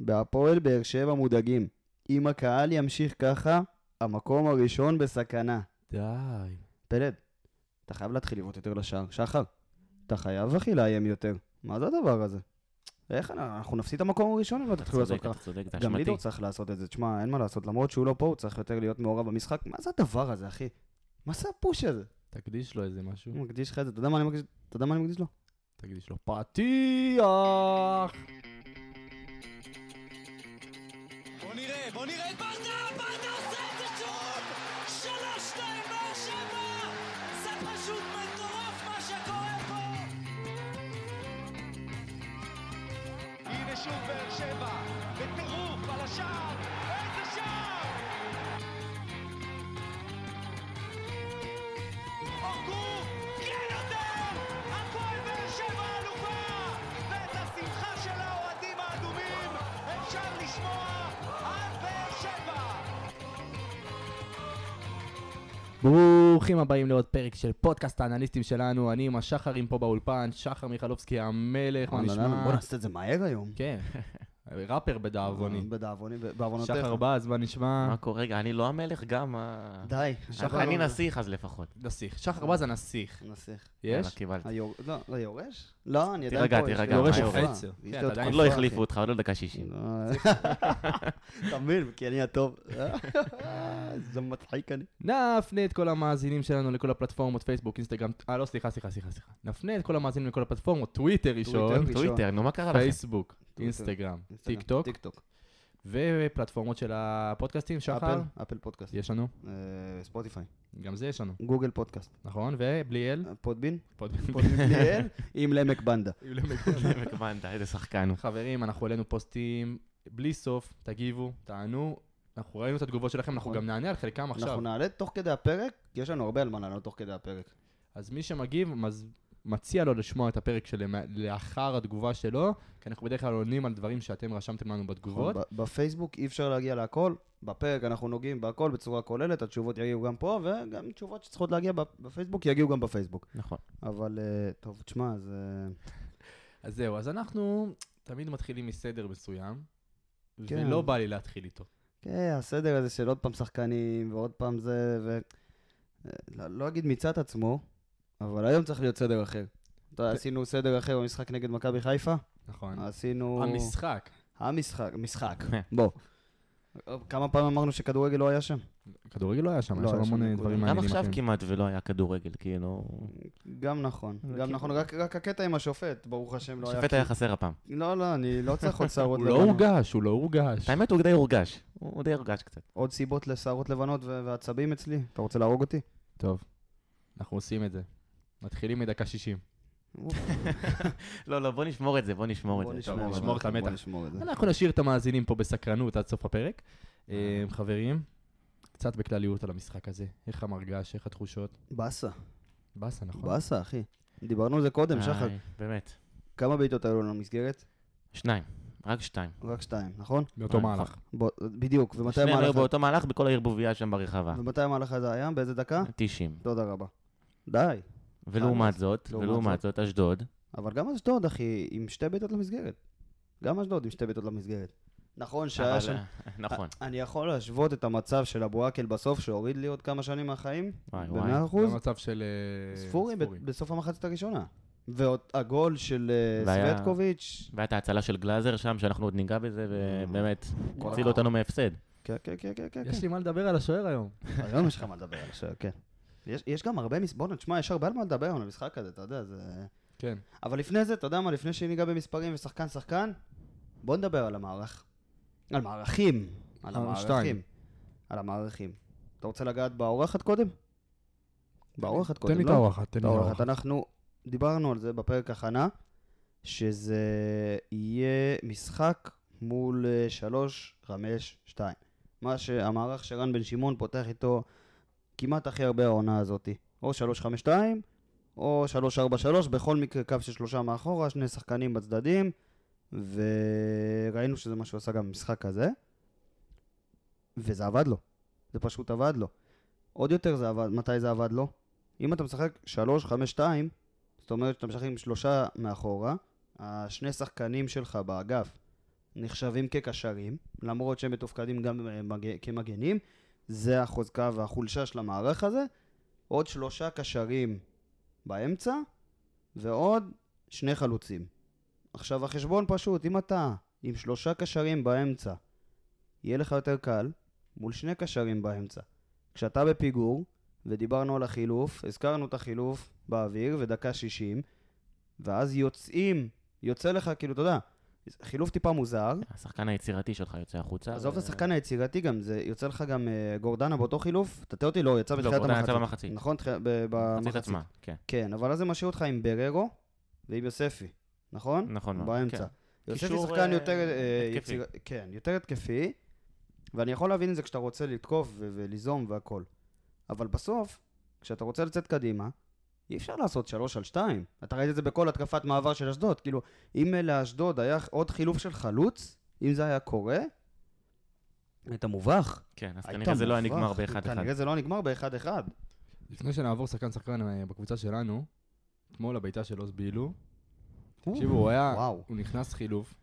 בהפועל באר שבע מודאגים. אם הקהל ימשיך ככה, המקום הראשון בסכנה. די. פלד, אתה חייב להתחיל לבעוט יותר לשער. שחר, אתה חייב אחי לאיים יותר. מה זה הדבר הזה? איך אנחנו- אנחנו נפסיד את המקום הראשון אם לא אתה תתחילו לעשות צודק, ככה? אתה צודק, אתה גם אשמתי. לידור צריך לעשות את זה, תשמע, אין מה לעשות, למרות שהוא לא פה, הוא צריך יותר להיות מעורב במשחק. מה זה הדבר הזה, אחי? מה זה הפוש הזה? תקדיש לו איזה משהו. הוא מקדיש לך את זה, אתה יודע מה אני מקדיש- אתה יודע מה אני מקדיש לו? תקדיש לו פתיח! בוא נראה, בוא נראה את ברדה, ברדה עושה את זה שוב! שלוש, שתיים, באר שבע! זה פשוט מטורף מה שקורה פה! הנה שוב באר שבע, בטירוף על השער, איזה שער! הורגו, כן יותר! הפועל באר שבע אלופה! ואת השמחה של האוהדים האדומים אפשר לשמוע על באר שבע! ברוכים הבאים לעוד פרק של פודקאסט האנליסטים שלנו, אני עם השחרים פה באולפן, שחר מיכלובסקי המלך, מה נשמע? אה, בוא נעשה את זה מהר היום. כן, ראפר אה, בדאבוני. בדאבוני, בעוונותיך. שחר בז, מה נשמע? מה קורה? רגע, אני לא המלך גם? מה- די, אני- אני נסיך אז לפחות. נסיך. שחר בז הנסיך. נסיך. יאללה, יש? קיבלתי. היור- לא, לא, יורש? לא, אני עדיין פה. תירגע, יש לי תירגע, עוד מה תקופה. יורש? יש לי עוד כן, אתה עדיין עוד תקופה, לא אחי. החליפו אותך, עוד לא דקה 60. אתה מבין, כי אני הטוב. זה מצחיק אני. נפנה את כל המאזינים שלנו לכל הפלטפורמות, פייסבוק, אינסטגרם, אה לא, סליחה, סליחה, סליחה, סליחה. נפנה את כל המאזינים לכל הפלטפורמות, טוויטר ראשון, ראשון. טוויטר, נו, מה קרה לכם? פייסבוק, טוויטר, אינסטגרם, אינסטגרם, טיק טוק, טיק טוק. ופלטפורמות של הפודקאסטים, שחר, אפל, אפל פודקאסט. יש לנו, אה, ספוטיפיי. גם זה יש לנו, גוגל פודקאסט. נכון? ובלי אל, אה, פודבין? פוד- פודבין בלי אל, עם למק בנדה. מקוונדה, איזה שחקן. חברים, אנחנו העלינו פוסטים בלי סוף, תגיבו, תענו, אנחנו ראינו את התגובות שלכם, אנחנו נכון. גם נענה על חלקם עכשיו. אנחנו נעלה תוך כדי הפרק, כי יש לנו הרבה על מה לענות תוך כדי הפרק. אז מי שמגיב, מז- מציע לו לשמוע את הפרק שלאחר התגובה שלו, כי אנחנו בדרך כלל עונים על דברים שאתם רשמתם לנו בתגובות. נכון, ב- בפייסבוק אי אפשר להגיע להכל, בפרק אנחנו נוגעים בהכל בצורה כוללת, התשובות יגיעו גם פה, וגם תשובות שצריכות להגיע ב- בפייסבוק יגיעו גם בפייסבוק. נכון. אבל אה, טוב, תשמע, זה... אז זהו, אז אנחנו תמיד מתחילים מסדר מסוים, כן. ולא בא לי להתחיל איתו. כן, הסדר הזה של עוד פעם שחקנים, ועוד פעם זה, ו... אה, לא, לא אגיד מיצה את עצמו, אבל היום צריך להיות סדר אחר. אתה יודע, עשינו סדר אחר במשחק נגד מכבי חיפה, נכון. עשינו... המשחק, כן. המשחק, משחק, בוא. כמה פעמים אמרנו שכדורגל לא היה שם? כדורגל לא היה שם, לא היה שם היה שם המון נקודה. דברים גם מעניינים עכשיו אחרים. כמעט ולא היה כדורגל, כאילו... לא גם נכון, גם נכון, רק, רק הקטע עם השופט, ברוך השם, לא היה... שופט היה חסר הפעם. לא, לא, אני לא צריך עוד שערות הוא לא לבנות. הורגש, הוא לא הורגש. האמת, הוא די הורגש. הוא הוא די הורגש קצת. עוד סיבות לשערות לבנות ו- ועצבים אצלי? אתה רוצה להרוג אותי? טוב, אנחנו עושים את זה. מתחילים מדקה 60. לא, לא, בוא נשמור את זה, בוא נשמור את בוא זה. נשמור טוב, את זה. נשמור את בוא המתח. נשמור את זה. אנחנו נשאיר את המאזינים פה בסקרנות עד סוף הפרק. אה, חברים, קצת בכלליות על המשחק הזה. איך המרגש, איך התחושות? באסה, באסה, נכון? באסה, אחי. דיברנו על זה אה. קודם, שחר. איי, באמת. כמה בעיטות היו לנו למסגרת? שניים, רק שתיים. רק שתיים, נכון? באותו אה, מהלך. בוא- בדיוק, ומתי שניהם היו המהלך באותו מהלך בכל הערבוביה שם ברחבה. ומתי המהלך הזה היה? באיזה דקה? אה. 90. תודה רבה. די. ולעומת זאת, לעומת ולעומת זאת, אשדוד. אבל גם אשדוד, אחי, עם שתי בעיטות למסגרת. גם אשדוד עם שתי בעיטות למסגרת. נכון שהיה אבל- שם... נכון. אני יכול להשוות את המצב של אבו עקל בסוף, שהוריד לי עוד כמה שנים מהחיים? וואי, וואי. במאה אחוז? במצב של... אה, ספורי ב- בסוף המחצית הראשונה. ועוד הגול של אה, והיה- סווטקוביץ'. והיה את ההצלה של גלאזר שם, שאנחנו עוד ניגע בזה, ובאמת, כל הצילו הכבוד. אותנו מהפסד. כן, כן, כן, כן, כן. יש לי מה לדבר על השוער היום. היום יש לך מה לדבר על השאלה, כן. יש- יש גם הרבה מס... בוא'נה, תשמע, יש הרבה על מה לדבר היום על המשחק הזה, אתה יודע, זה... כן. אבל לפני זה, אתה יודע מה, לפני שניגע במספרים ושחקן-שחקן, בוא נדבר על המערך. על מערכים. על על המערכים. אה, שתיים. על המערכים. אתה רוצה לגעת באורחת קודם? באורחת קודם, תן לא? לי את האורחת, תן לי את האורחת. האורחת. אנחנו דיברנו על זה בפרק הכנה, שזה יהיה משחק מול אה, 3, 5, 2. מה שהמערך שרן בן שמעון פותח איתו כמעט הכי הרבה העונה הזאת. או 3, 5, 2, או 3, 4, 3, בכל מקרה קו של שלושה מאחורה, שני שחקנים בצדדים, וראינו שזה מה שהוא עשה גם במשחק הזה, וזה עבד לו. זה פשוט עבד לו. עוד יותר זה עבד, מתי זה עבד לו? אם אתה משחק 3-5-2, זאת אומרת שאתה משחק עם שלושה מאחורה, השני שחקנים שלך באגף נחשבים כקשרים, למרות שהם מתופקדים גם אה, מג... כמגנים, זה החוזקה והחולשה של המערך הזה. עוד שלושה קשרים באמצע, ועוד שני חלוצים. עכשיו החשבון פשוט, אם אתה עם שלושה קשרים באמצע, יהיה לך יותר קל מול שני קשרים באמצע. כשאתה בפיגור, ודיברנו על החילוף, הזכרנו את החילוף באוויר, ודקה 60, ואז יוצאים, יוצא לך, כאילו, אתה יודע, חילוף טיפה מוזר, השחקן היצירתי שלך יוצא החוצה. עזוב את ו- השחקן היצירתי גם, זה יוצא לך גם אה, גורדנה באותו חילוף, תטעה אותי, לא, יצא לא, בתחילת גורדנה המחצית. יצא במחצית. נכון, תח- ב- מחצית במחצית. עצמה, כן. כן, אבל אז זה משאיר אותך עם בררו ועם יוספי, נכון? נכון מאוד. באמצע. כן. יוספי קישור, שחקן אה, יותר אה, התקפי. יציר- כן, יותר התקפי, ואני יכול להבין את זה כשאתה רוצה לתקוף ו- וליזום והכל. אבל בסוף, כשאתה רוצה לצאת קדימה, אי אפשר לעשות שלוש על שתיים. אתה ראית את זה בכל התקפת מעבר של אשדוד. כאילו, אם לאשדוד היה עוד חילוף של חלוץ, אם זה היה קורה, היית מובך. כן, אז היית כנראה זה לא היה מובך. נגמר באחד אחד. כנראה זה לא נגמר באחד-אחד. לפני שנעבור שחקן-שחקן אה, בקבוצה שלנו, אתמול הבעיטה של עוז בילו, תקשיבו, הוא היה, וואו, הוא נכנס חילוף,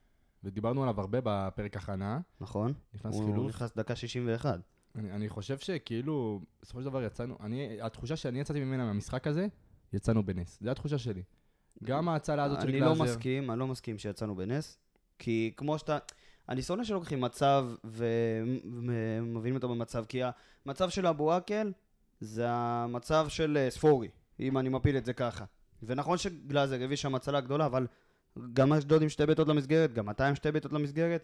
ודיברנו עליו הרבה בפרק הכנה, נכון. נכנס הוא חילוף, נכנס דקה 61. אני, אני חושב שכאילו, בסופו של דבר יצאנו, אני, התחושה שאני יצאתי ממנה מהמשחק הזה, יצאנו בנס. זו התחושה שלי. גם ההצלה הזאת של אני גלאזר. לא מסכים, אני לא מסכים שיצאנו בנס, כי כמו שאתה... אני שונא שלוקחים מצב ומבינים אותו במצב, כי המצב של אבו עקל זה המצב של אה, ספורי, אם אני מפיל את זה ככה. ונכון שגלאזר הביא שם הצלה גדולה, אבל גם אשדוד עם שתי בעיטות למסגרת, גם אתה עם שתי בעיטות למסגרת.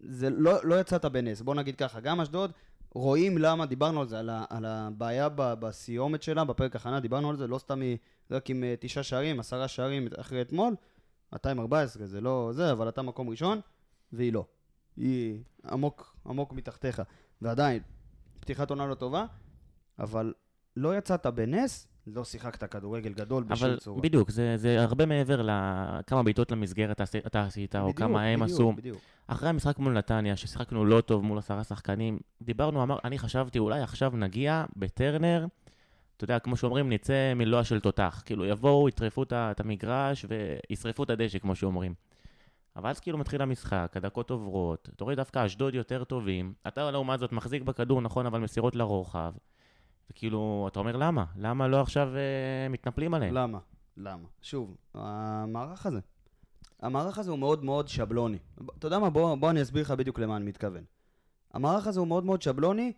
זה לא, לא יצאת בנס, בוא נגיד ככה, גם אשדוד, רואים למה, דיברנו על זה, על, ה, על הבעיה ב, בסיומת שלה, בפרק הכנה, דיברנו על זה, לא סתם היא רק עם אה, תשעה שערים, עשרה שערים אחרי אתמול, אתה עם 14, זה לא זה, אבל אתה מקום ראשון, והיא לא. היא עמוק, עמוק מתחתיך. ועדיין, פתיחת עונה לא טובה, אבל לא יצאת בנס, לא שיחקת כדורגל גדול בשום אבל צורה. בדיוק, זה, זה הרבה מעבר לכמה בעיטות למסגרת עשי- אתה עשית, או בדיוק, כמה הם בדיוק, עשו. בדיוק. אחרי המשחק מול נתניה, ששיחקנו לא טוב מול עשרה שחקנים, דיברנו, אמר, אני חשבתי, אולי עכשיו נגיע בטרנר, אתה יודע, כמו שאומרים, נצא מלוע של תותח. כאילו, יבואו, יטרפו את ה- את המגרש וישרפו את הדשא, כמו שאומרים. אבל אז כאילו מתחיל המשחק, הדקות עוברות, אתה רואה דווקא אשדוד יותר טובים, אתה לעומת זאת מחזיק בכדור, נכון, אבל מסירות לרוחב. וכאילו, אתה אומר, למה? למה לא עכשיו אה, מתנפלים עליהם? למה? למה? שוב, המערך הזה. המערך הזה הוא מאוד מאוד שבלוני. ב- אתה יודע מה? בוא, בוא אני אסביר לך בדיוק למה אני מתכוון. המערך הזה הוא מאוד מאוד שבלוני,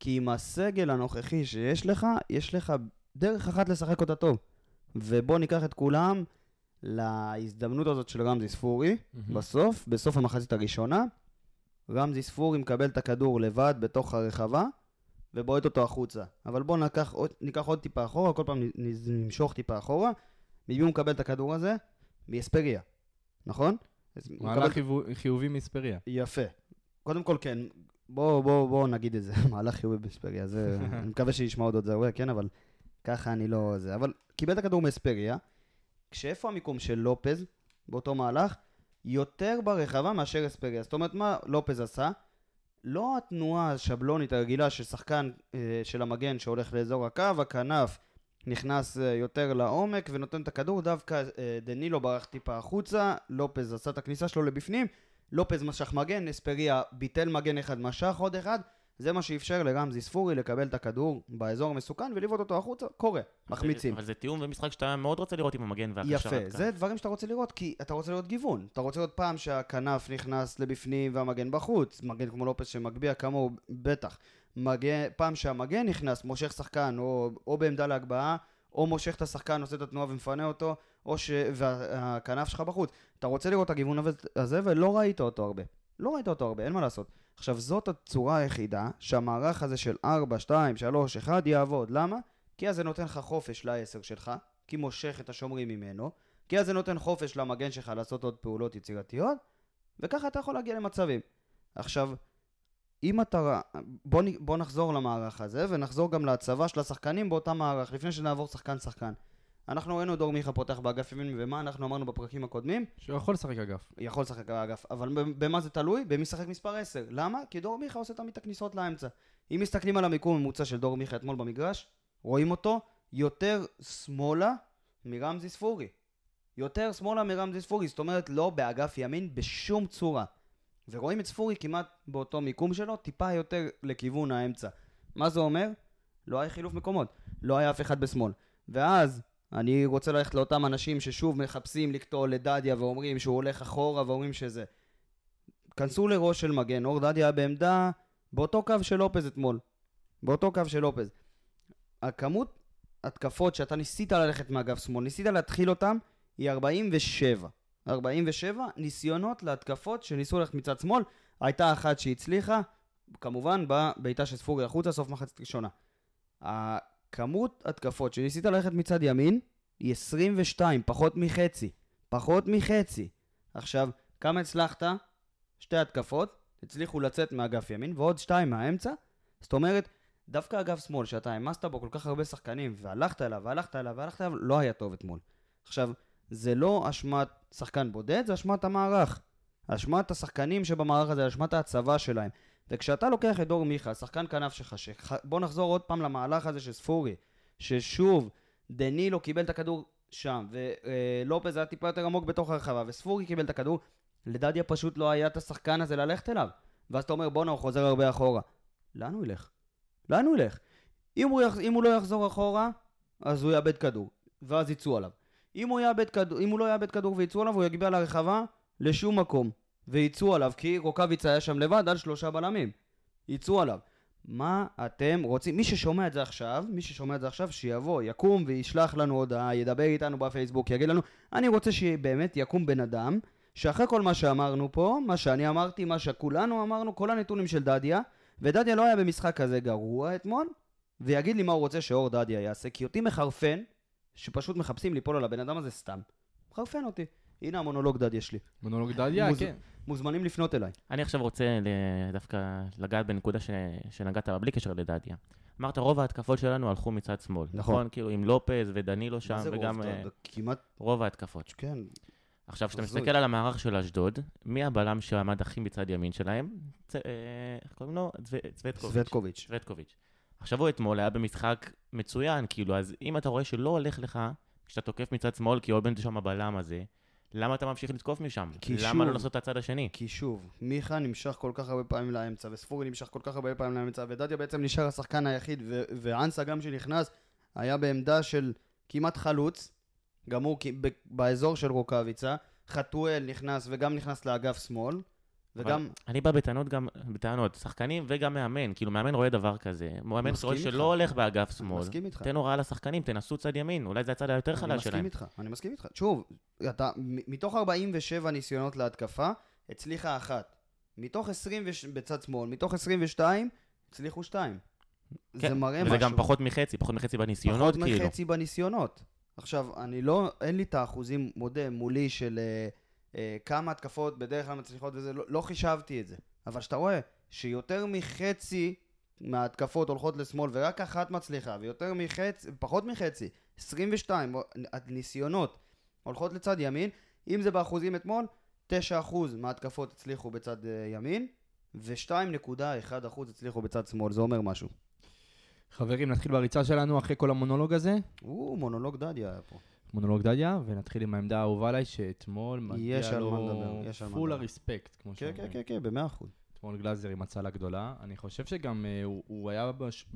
כי עם הסגל הנוכחי שיש לך, יש לך דרך אחת לשחק אותה טוב. ובוא ניקח את כולם להזדמנות הזאת של רמזי ספורי, מהמם. בסוף, בסוף המחצית הראשונה, רמזי ספורי מקבל את הכדור לבד בתוך הרחבה, ובועט אותו החוצה. אבל בואו ניקח, עוד- ניקח עוד טיפה אחורה, כל פעם נ- נ- נמשוך טיפה אחורה, ממי הוא מקבל את הכדור הזה? מאספריה, נכון? אז הוא מקבל- מהלך חיבו- חיובי מספריה. יפה. קודם כל, כן, בואו בוא, בוא נגיד את זה, מהלך חיובי באספריה, זה... אני מקווה שישמע עוד עוד זה, כן, אבל ככה אני לא... זה. אבל קיבל את הכדור מאספריה, כשאיפה המיקום של לופז באותו מהלך? יותר ברחבה מאשר אספריה. זאת אומרת, מה לופז עשה? לא התנועה השבלונית הרגילה של שחקן אה, של המגן שהולך לאזור הקו, הכנף נכנס אה, יותר לעומק ונותן את הכדור, דווקא אה, דנילו ברח טיפה החוצה, לופז עשה את הכניסה שלו לבפנים, לופז משך מגן, אספריה ביטל מגן אחד, משך עוד אחד, זה מה שאפשר לרמזי ספורי לקבל את הכדור באזור המסוכן ולבעוט אותו החוצה, קורה, מחמיצים. אבל זה תיאום ומשחק שאתה מאוד רוצה לראות עם המגן והקשר. יפה, עד כאן. זה דברים שאתה רוצה לראות, כי אתה רוצה לראות גיוון. אתה רוצה לראות פעם שהכנף נכנס לבפנים והמגן בחוץ, מגן כמו לופס שמגביה כמוהו, בטח. מגן, פעם שהמגן נכנס, מושך שחקן, או, או בעמדה להגבהה, או מושך את השחקן, עושה את התנועה ומפנה אותו, או ש... והכנף שלך בחוץ. אתה רוצה לראות את הגיוון הזה, ולא ראית אותו הרבה. לא ראית אותו הרבה, אין מה לעשות. עכשיו, זאת הצורה היחידה שהמערך הזה של 4, 2, 3, 1 יעבוד. למה? כי אז זה נותן לך חופש לעשר שלך, כי מושך את השומרים ממנו, כי אז זה נותן חופש למגן שלך לעשות עוד פעולות יצירתיות, וככה אתה יכול להגיע למצבים. עכשיו, אם אתה... בוא, נ- בוא נחזור למערך הזה, ונחזור גם להצבה של השחקנים באותה מערך, לפני שנעבור שחקן-שחקן. אנחנו ראינו את דור מיכה פותח באגף ימין, ומה אנחנו אמרנו בפרקים הקודמים? שהוא יכול לשחק אגף. יכול לשחק באגף, אבל במ- במה זה תלוי? במי שחק מספר 10. למה? כי דור מיכה עושה תמיד את הכניסות לאמצע. אם מסתכלים על המיקום הממוצע של דור מיכה אתמול במגרש, רואים אותו יותר שמאלה מרמזי ספורי. יותר שמאלה מרמזי ספורי, זאת אומרת לא באגף ימין בשום צורה. ורואים את ספורי כמעט באותו מיקום שלו, טיפה יותר לכיוון האמצע. מה זה אומר? לא היה חילוף מקומות, לא היה אף אחד בשמאל. ואז אני רוצה ללכת לאותם אנשים ששוב מחפשים לקטול לדדיה ואומרים שהוא הולך אחורה ואומרים שזה. כנסו לראש של מגן, אור דדיה היה בעמדה באותו קו של לופז אתמול. באותו קו של לופז. הכמות התקפות שאתה ניסית ללכת מאגף שמאל, ניסית להתחיל אותם, היא 47. 47 ניסיונות להתקפות שניסו ללכת מצד שמאל, הייתה אחת שהצליחה, כמובן בבעיטה של ספורי החוצה, סוף מחצית ראשונה. הכמות התקפות שניסית ללכת מצד ימין היא 22, פחות מחצי. פחות מחצי. עכשיו, כמה הצלחת? שתי התקפות, הצליחו לצאת מאגף ימין, ועוד שתיים מהאמצע. זאת אומרת, דווקא אגף שמאל, שאתה העמסת בו כל כך הרבה שחקנים, והלכת אליו, והלכת אליו, והלכת אליו, לא היה טוב אתמול. עכשיו, זה לא אשמת שחקן בודד, זה אשמת המערך. אשמת השחקנים שבמערך הזה, אשמת ההצבה שלהם. וכשאתה לוקח את דור מיכה, שחקן כנף שלך, שח... בוא נחזור עוד פעם למהלך הזה של ספורי, ששוב, דנילו קיבל את הכדור שם, ולופז היה טיפה יותר עמוק בתוך הרחבה, וספורי קיבל את הכדור, לדדיה פשוט לא היה את השחקן הזה ללכת אליו. ואז אתה אומר, בואנה, הוא חוזר הרבה אחורה. לאן הוא ילך? לאן הוא ילך? אם הוא, יח... אם הוא לא יחזור אחורה, אז הוא יאבד כדור, ואז יצאו עליו. אם הוא, יאבד כדור... אם הוא לא יאבד כדור ויצאו עליו, הוא יגיע לרחבה לשום מקום. ויצאו עליו, כי רוקאביצה היה שם לבד על שלושה בלמים. יצאו עליו. מה אתם רוצים? מי ששומע את זה עכשיו, מי ששומע את זה עכשיו, שיבוא, יקום וישלח לנו הודעה, ידבר איתנו בפייסבוק, יגיד לנו, אני רוצה שבאמת יקום בן אדם, שאחרי כל מה שאמרנו פה, מה שאני אמרתי, מה שכולנו אמרנו, כל הנתונים של דדיה, ודדיה לא היה במשחק כזה גרוע אתמול, ויגיד לי מה הוא רוצה שאור דדיה יעשה, כי אותי מחרפן, שפשוט מחפשים ליפול על הבן אדם הזה סתם. מחרפן אותי. הנה המונולוג דדיה שלי. מונולוג דליה, מוז- כן. מוזמנים לפנות אליי. אני עכשיו רוצה ל- דווקא לגעת בנקודה ש... שנגעת בה בלי קשר לדדיה. אמרת, רוב ההתקפות שלנו הלכו מצד שמאל. נכון. כאילו עם לופז ודנילו שם, מה זה וגם רוב? אה, אתה- כמעט, רוב ההתקפות. כן. עכשיו, כשאתה הזוי. מסתכל על המערך של אשדוד, מי הבלם שעמד הכי מצד ימין שלהם? צ- אה, איך קוראים לו? צו- צווטקוביץ'. סווטקוביץ'. סווטקוביץ'. עכשיו הוא אתמול היה במשחק מצוין, כאילו, אז אם אתה רואה שלא הולך לך, כשאתה תוקף מצד שמאל, כי אולבן שם הבלם הזה, למה אתה ממשיך לתקוף משם? כי שוב- למה לא לעשות את הצד השני? כי שוב, מיכה נמשך כל כך הרבה פעמים לאמצע, וספורי נמשך כל כך הרבה פעמים לאמצע, ודדיה בעצם נשאר השחקן היחיד, ו- ואנסה גם שנכנס, היה בעמדה של כמעט חלוץ, גם הוא כי- ב- באזור של רוקאביצה, חתואל נכנס וגם נכנס לאגף שמאל, וגם... אבל אני בא בטענות גם, בטענות, שחקנים וגם מאמן, כאילו מאמן רואה דבר כזה, מאמן מסכים רואה איתך. שלא הולך באגף אני שמאל, מסכים איתך. תן הוראה לשחקנים, תנסו צד ימין, אולי זה הצד היותר אני חלש מסכים שלהם. איתך, אני מסכים איתך. שוב, אתה, מ- מתוך 47 ניסיונות להתקפה, הצליחה אחת. מתוך 20 וש- בצד שמאל, מתוך 22, הצליחו שתיים. כן, זה מראה משהו. וזה גם פחות מחצי, פחות מחצי בניסיונות, פחות כאילו. מחצי בניסיונות. עכשיו, אני לא, אין לי את האחוזים, מודה, מולי של אה, אה, כמה התקפות בדרך כלל מצליחות וזה, לא, לא חישבתי את זה. אבל שאתה רואה שיותר מחצי מההתקפות הולכות לשמאל ורק אחת מצליחה, ויותר מחצי, פחות מחצי, 22 ניסיונות הולכות לצד ימין, אם זה באחוזים אתמול, 9% מההתקפות הצליחו בצד אה, ימין, ו-2.1% הצליחו בצד שמאל, זה אומר משהו. חברים, נתחיל בריצה שלנו אחרי כל המונולוג הזה. הוא מונולוג דדיה היה פה. מונולוג דדיה, ונתחיל עם העמדה האהובה עליי, שאתמול יש מגיע על מה לו לדבר, יש על מה פול לדבר. הרספקט, כמו כן, שאומרים. כן, כן, כן, במאה אחוז. אתמול גלאזר עם הצלה גדולה. אני חושב שגם אה, הוא- הוא היה בש-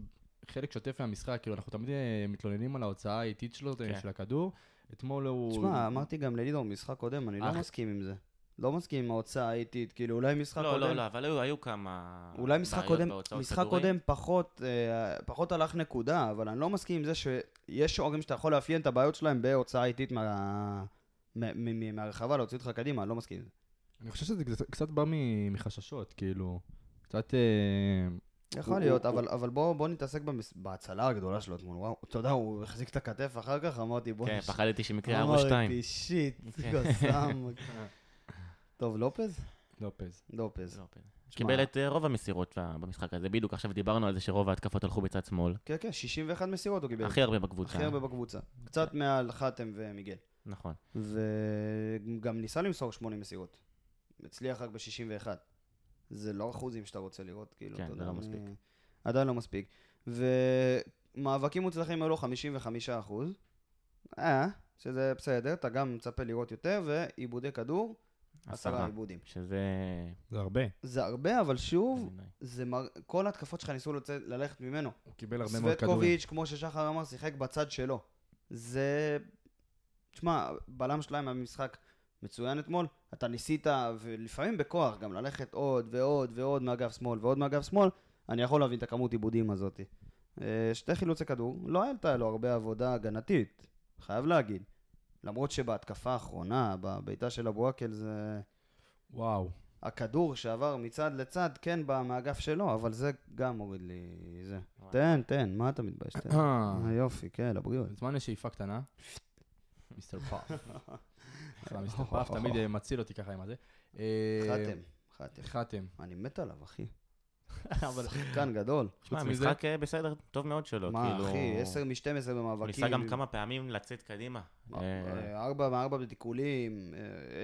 חלק שוטף מהמשחק, כאילו אנחנו תמיד אה, מתלוננים על ההוצאה האיטית שלו, אה, כן. של הכדור. אתמול הוא... תשמע, אמרתי גם ללידור במשחק קודם, אני לא אח- מסכים עם זה. לא מסכים עם ההוצאה האיטית, כאילו אולי משחק לא, לא, קודם... לא, אבל היו- היו כמה... אולי משחק בעיות קודם, בהוצאות משחק כדורים. קודם פחות, אה, פחות הלך נקודה, אבל אני לא מסכים עם זה שיש שוערים שאתה יכול לאפיין את הבעיות שלהם בהוצאה איטית מה- מ- מ- מ- מהרחבה, להוציא אותך קדימה, אני לא מסכים עם זה. אני חושב שזה קצת- קצת בא מ- מחששות, כאילו. קצת... אה, יכול הוא- להיות, הוא- אבל אבל בוא בוא נתעסק במס- בהצלה הגדולה שלו אתמול, וואו, אתה יודע, הוא החזיק את הכתף אחר כך, אמרתי בוא... כן, נש- פחדתי שמקרה ארבע שתיים. אמרתי שיט, כן. גוסם. טוב, לופז? לופז. לופז. לא, קיבל את אה, רוב המסירות ב- במשחק הזה, בדיוק עכשיו דיברנו על זה שרוב ההתקפות הלכו בצד שמאל. כן, כן, 61 מסירות הוא קיבל. הכי הרבה בקבוצה. כן. הכי הרבה בקבוצה. קצת מעל חתם ומיגל. נכון. וגם ניסה למסור 80 מסירות. הצליח רק ב-61. זה לא אחוזים שאתה רוצה לראות, כאילו, כן, אתה זה יודע, לא אני- מספיק. עדיין לא מספיק. ומאבקים מוצלחים היו לו 55 אחוז. אה, שזה בסדר, אתה גם מצפה לראות יותר, ועיבודי כדור, עשרה עיבודים. שזה... זה הרבה. זה הרבה, אבל שוב, מדי. זה מר... כל ההתקפות שלך ניסו לצאת, ללכת ממנו. הוא קיבל הרבה מאוד כדורים. סווטקוביץ', כמו ששחר אמר, שיחק בצד שלו. זה... תשמע, בלם שלהם היה במשחק מצוין אתמול. אתה ניסית, ולפעמים בכוח, גם ללכת עוד ועוד ועוד מאגף שמאל ועוד מאגף שמאל, אני יכול להבין את הכמות עיבודים הזאת. אה, שתי חילוצי כדור, לא הייתה לו הרבה עבודה הגנתית, חייב להגיד. למרות שבהתקפה האחרונה, בבעיטה של אבו עקל, זה... וואו. הכדור שעבר מצד לצד, כן בא מהאגף שלו, אבל זה גם מוריד לי זה. וואי. תן, תן, מה אתה מתבייש? תן. אה, אה, יופי, כן, לבריאות. זמן לשאיפה קטנה. מיסטר פאף. אחלה, מיסטר פאף תמיד אה, מציל אותי ככה עם הזה. אה, חתם, חתם. חתם. אני מת עליו, אחי. אבל שחקן גדול. שמע, חוץ מזה- משחק אה, בסדר טוב מאוד שלו, מה, כאילו... אחי, 10 מ-12 הוא במאבקים. ניסה גם כמה פעמים לצאת קדימה. אה, 4 מ-4 בתיקולים, אה,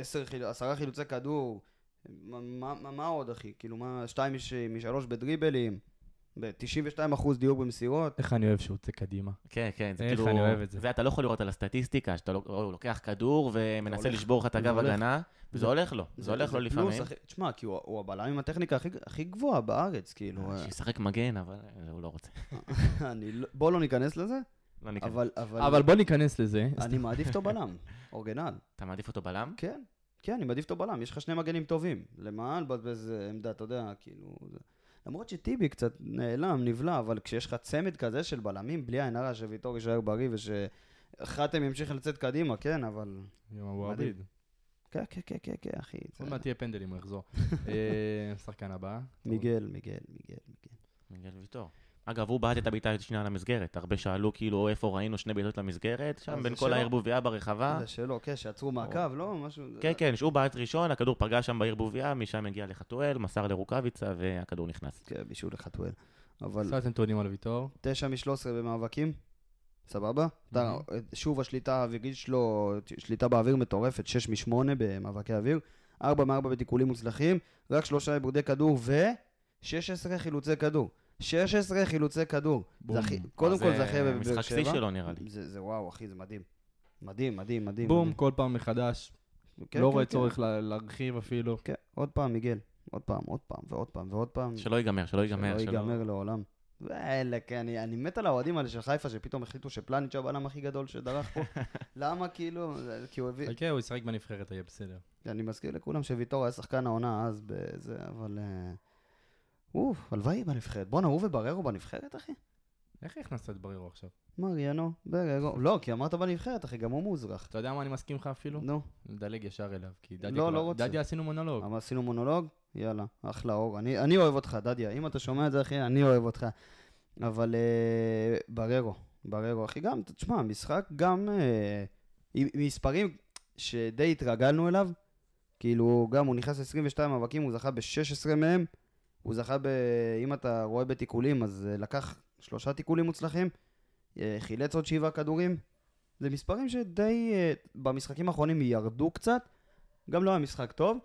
10 חילוצי כדור. מה- מה מה- מה עוד, אחי? כאילו, מה, 2 מ-3 בדריבלים. ב-92% דיוק במסירות. איך אני אוהב שהוא יוצא קדימה. כן, כן, זה איך כאילו... אני אוהב את זה. זה אתה לא יכול לראות על הסטטיסטיקה, שאתה לוק- הוא לוקח כדור ומנסה הולך. לשבור לך את זה הגב הולך. הגנה, וזה הולך לו, זה הולך לו פלוס, לפעמים. אחי- תשמע, כי הוא- הוא הבלם עם הטכניקה הכי- הכי גבוהה בארץ, כאילו. אה, שישחק מגן, אבל אה, הוא לא רוצה. אני לא- בוא לא ניכנס לזה, לא ניכנס. אבל... אבל בוא ניכנס לזה. אני מעדיף אותו בלם, אורגנל. אתה מעדיף אותו בלם? כן, כן, אני מעדיף אותו בלם, יש לך שני מגנים טובים. למה לבזבז אה, עמדה, אתה יודע, כאילו... זה- למרות שטיבי קצת נעלם, נבלע, אבל כשיש לך צמד כזה של בלמים, בלי עין הרע שוויטור יישאר בריא ושחתם ימשיך לצאת קדימה, כן, אבל... יום אבו מדהים. עביד. כן, כן, כן, כן, כן, אחי. זה- עוד מעט תהיה פנדלים, הוא יחזור. אה, שחקן הבא. מיגל, מיגל, מיגל, מיגל. מיגל ויטור. אגב, הוא בעט את הבעיטה השנייה למסגרת. הרבה שאלו כאילו איפה ראינו שני בעיטות למסגרת, שם אז בין זה כל שלו. הערבוביה אה? ברחבה. זה שלו, כן, שעצרו מהקו, לא? משהו... כן, כן, שהוא בעט ראשון, הכדור פגע שם בערבוביה, משם הגיע לחתואל, מסר לרוקאביצה והכדור נכנס. כן, בישול לחתואל. אבל עכשיו אתם טוענים על ויטור. תשע מ-13 במאבקים, סבבה? אתה- שוב השליטה האווירית שלו, שליטה באוויר מטורפת, שש משמונה במאבקי אוויר, ארבע מארבע בתיקולים מוצלחים, רק שלושה עיבודי כדור ו-16 חילוצי כדור. 16 חילוצי כדור. זה בום. הכי- קודם כל זה הכי הרבה בבאר שבע. אה, משחק שיא שלו נראה לי. זה זה וואו, אחי, זה מדהים. מדהים, מדהים, מדהים. בום, מדהים. כל פעם מחדש. כן, לא כן, רואה כן. צורך לה- להרחיב אפילו. כן, עוד פעם, מיגל. עוד פעם, עוד פעם, ועוד פעם, ועוד פעם. שלא ייגמר, שלא ייגמר, Mm. שלא שלא... ייגמר לעולם. ואלה, כן, אני, אני מת על האוהדים האלה של חיפה, שפתאום החליטו שפלניץ' הוא הבלם הכי גדול שדרך פה. למה כאילו? זה- כי הוא הביא... חכה, הוא ישחק בנבחרת, יהיה בסדר. אני מזכיר לכולם שוויטור היה שחקן העונה אז בזה, אבל... אה, אוף, הלוואי בנבחרת. בואנה, הוא ובררו בנבחרת, אחי? איך הכנסת את ברירו עכשיו? מריאנו, בררו. לא, כי אמרת בנבחרת, אחי, גם הוא מוזרח. אתה יודע מה אני מסכים לך אפילו? נו, נדלג ישר אליו, כי דדיה לא, כבר- לא רוצה. אמ- דדיה עשינו מונולוג. אבל עשינו מונולוג, יאללה, אחלה אור. אני, אני אוהב אותך, דדיה. אם אתה שומע את זה, אחי, אני אוהב אותך. אבל אה, בררו, בררו, אחי, גם, תשמע, משחק גם אה, עם עם מספרים שדי התרגלנו אליו. כאילו, גם הוא נכנס ל-22 מאבקים, הוא זכה ב-16 מהם. הוא זכה ב... אם אתה רואה בתיקולים, אז אה, לקח שלושה תיקולים מוצלחים. אה, חילץ עוד שבעה כדורים. זה מספרים שדי אה, במשחקים האחרונים ירדו קצת. גם לא היה משחק טוב.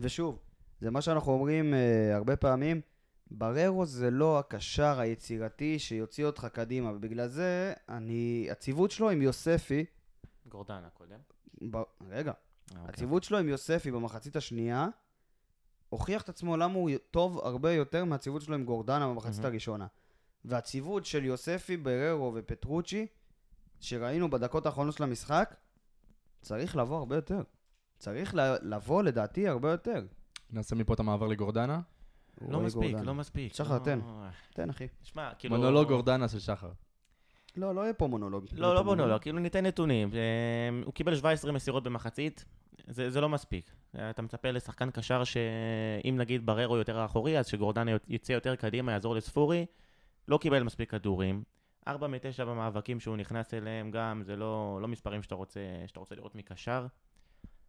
ושוב, זה מה שאנחנו אומרים אה, הרבה פעמים, בררו זה לא הקשר היצירתי שיוציא אותך קדימה, ובגלל זה אני... הציוות שלו עם יוספי, גורדן הקודם. ב... רגע, אה, אוקיי. הציוות שלו עם יוספי במחצית השנייה, הוכיח את עצמו למה הוא טוב הרבה יותר מהציוות שלו עם גורדנה במחצית מהמם. הראשונה. והציוות של יוספי, בררו ופטרוצ'י, שראינו בדקות האחרונות של המשחק, צריך לבוא הרבה יותר. צריך ל- לבוא לדעתי הרבה יותר. נעשה מפה את המעבר לגורדנה. לא רועי מספיק, גורדנה. לא מספיק. שחר, לא- תן. תן אחי. שמע, כאילו... מונולוג גורדנה של שחר. לא, לא יהיה פה מונולוג. לא, לא מונולוג, כאילו ניתן נתונים. אה, הוא קיבל 17 מסירות במחצית, זה זה לא מספיק. אה, אתה מצפה לשחקן קשר שאם נגיד בררו יותר האחורי, אז שגורדן יצא יותר קדימה, יעזור לספורי. לא קיבל מספיק כדורים. 4 מ-9 במאבקים שהוא נכנס אליהם גם, זה לא, לא מספרים שאתה רוצה, שאתה רוצה לראות מקשר.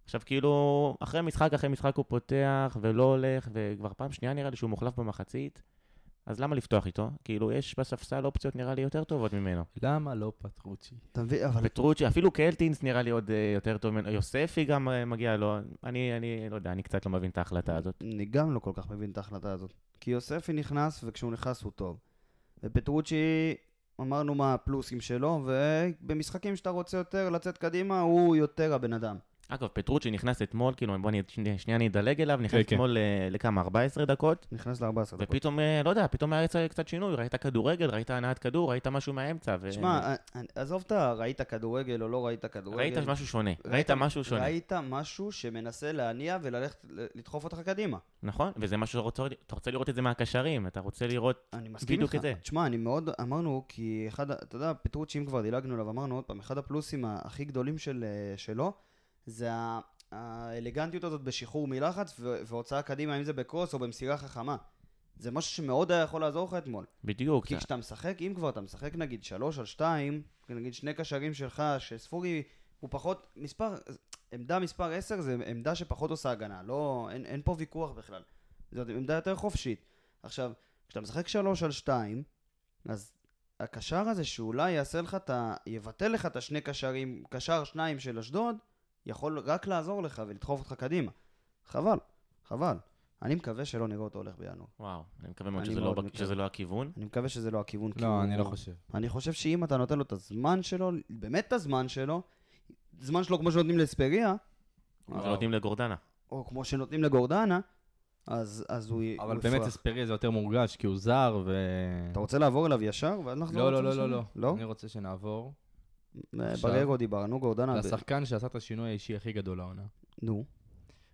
עכשיו כאילו, אחרי משחק אחרי משחק הוא פותח ולא הולך, וכבר פעם שנייה נראה לי שהוא מוחלף במחצית, אז למה לפתוח איתו? כאילו, יש בספסל אופציות נראה לי יותר טובות ממנו. למה לא פטרוצ'י? אתה מבין, אבל... פטרוצ'י, אפילו קלטינס נראה לי עוד אה, יותר טוב ממנו, יוספי גם אה, מגיע לו, אני, אני לא יודע, אני קצת לא מבין את ההחלטה הזאת. אני גם לא כל כך מבין את ההחלטה הזאת. כי יוספי נכנס, וכשהוא נכנס הוא טוב. ופטרוצ'י, אמרנו מה הפלוסים שלו, ובמשחקים שאתה רוצה יותר לצאת קדימה, הוא יותר הבן אדם. אגב, פטרוצ'י נכנס אתמול, כאילו, בוא אני, שני- שנייה אני אדלג אליו, נכנס כן. אתמול אה, לכמה? 14 דקות? נכנס ל-14 דקות. ופתאום, אה, לא יודע, פתאום היה יצא קצת שינוי, ראית כדורגל, ראית הנעת כדור, ראית משהו מהאמצע. ו- שמע, אה, עזוב את ה- ראית כדורגל או לא ראית כדורגל. ראית משהו שונה, ראית משהו שונה, ראית משהו שמנסה להניע וללכת ל- לדחוף אותך קדימה. נכון? וזה משהו שאתה רוצה- אתה רוצה לראות את זה מהקשרים, אתה רוצה לראות... אני מסכים בדיוק איתך. את זה. תשמע, אני מאוד, אמרנו, כי אחד, ה- אתה יודע, פטרוצ'י, אם כבר דילגנו עליו, אמרנו עוד פעם, אחד הפלוסים ה- הכי גדולים של, אה, שלו, זה ה- האלגנטיות הזאת בשחרור מלחץ ו- והוצאה קדימה, אם זה בקרוס או במסירה חכמה. זה משהו שמאוד היה יכול לעזור לך אתמול. בדיוק. כי כן. זה- כשאתה משחק, אם כבר אתה משחק נגיד שלוש על שתיים, נגיד שני קשרים שלך, שספורי הוא פחות, מספר, עמדה מספר 10 זה עמדה שפחות עושה הגנה, לא, אין, אין פה ויכוח בכלל. זאת עמדה יותר חופשית. עכשיו, כשאתה משחק שלוש על שתיים, אז הקשר הזה שאולי יעשה לך את ה... יבטל לך את השני קשרים, קשר שניים של אשדוד, יכול רק לעזור לך ולדחוף אותך קדימה. חבל, חבל. אני מקווה שלא נראה אותו הולך בינואר. וואו, אני מקווה מאוד אני שזה לא מאוד בק- מקווה. שזה לא הכיוון. אני מקווה שזה לא הכיוון. כי לא, הוא- אני לא חושב. אני חושב שאם אתה נותן לו את הזמן שלו, באמת את הזמן שלו, זמן שלו כמו שנותנים לאספריה, כמו שנותנים לגורדנה. או כמו שנותנים לגורדנה, אז, אז הוא הוא אבל באמת יפרח. אספריה זה יותר מורגש, כי הוא זר ו... אתה רוצה לעבור אליו ישר? ואז נחזור לא, לא, לצד לא, השני? לא, לא? לא. אני רוצה שנעבור אה, עכשיו. בררו דיברנו, גורדנה... ב- לשחקן שעשה את השינוי האישי הכי גדול העונה. נו,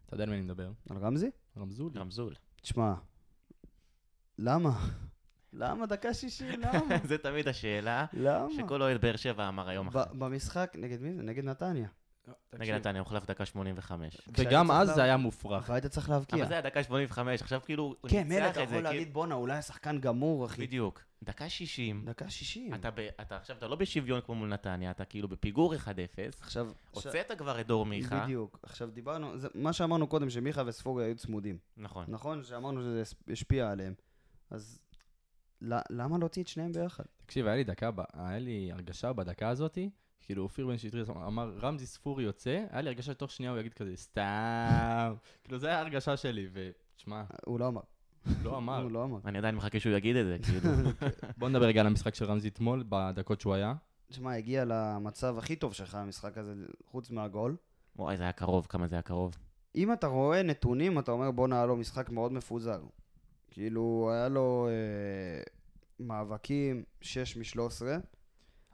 אתה יודע על מי אני מדבר? על רמזי? רמזולי. רמזול. תשמע, למה? למה דקה שישים? למה? זה תמיד השאלה למה? שכל אוהד באר שבע אמר היום אחרי. ב- במשחק, נגד מי זה? נגד נתניה. נגד נתניה, הוא הוחלף דקה 85. וגם כשהיה אז צריך זה לה- היה מופרך. והיית צריך להבקיע. אבל זה היה דקה 85, עכשיו כאילו הוא כן, מילא ניצח אתה את זה. יכול כאילו- להגיד, בואנה, אולי השחקן גמור, אחי. בדיוק. דקה 60. דקה שישים. אתה ב- אתה עכשיו, אתה לא בשוויון כמו מול נתניה, אתה כאילו בפיגור 1-0. עכשיו... הוצאת כבר את דור מיכה. בדיוק. עכשיו דיברנו, זה מה שאמרנו קודם, שמיכה וספורי היו צמודים. נכון. נכון? שאמרנו שזה הס- השפיע עליהם. אז ל- למה להוציא את שניהם ביחד? תקשיב, היה לי דקה, ב- היה לי הרגשה בדקה הזאתי, כאילו אופיר בן שטרית אמר, רמזי ספורי יוצא, היה לי הרגשה שתוך שנייה הוא יגיד כזה, סתם. כאילו, זו הייתה הרגשה שלי, ותשמע, הוא לא אמר. לא אמר. הוא לא אמר. אני עדיין מחכה שהוא יגיד את זה, כאילו. בוא נדבר רגע על המשחק של רמזי אתמול, בדקות שהוא היה. תשמע, הגיע למצב הכי טוב שלך המשחק הזה, חוץ מהגול. וואי, זה היה קרוב, כמה זה היה קרוב. אם אתה רואה נתונים, אתה אומר, בואנה, היה לו משחק מאוד מפוזר. כאילו, היה לו אה, מאבקים 6 מ-13,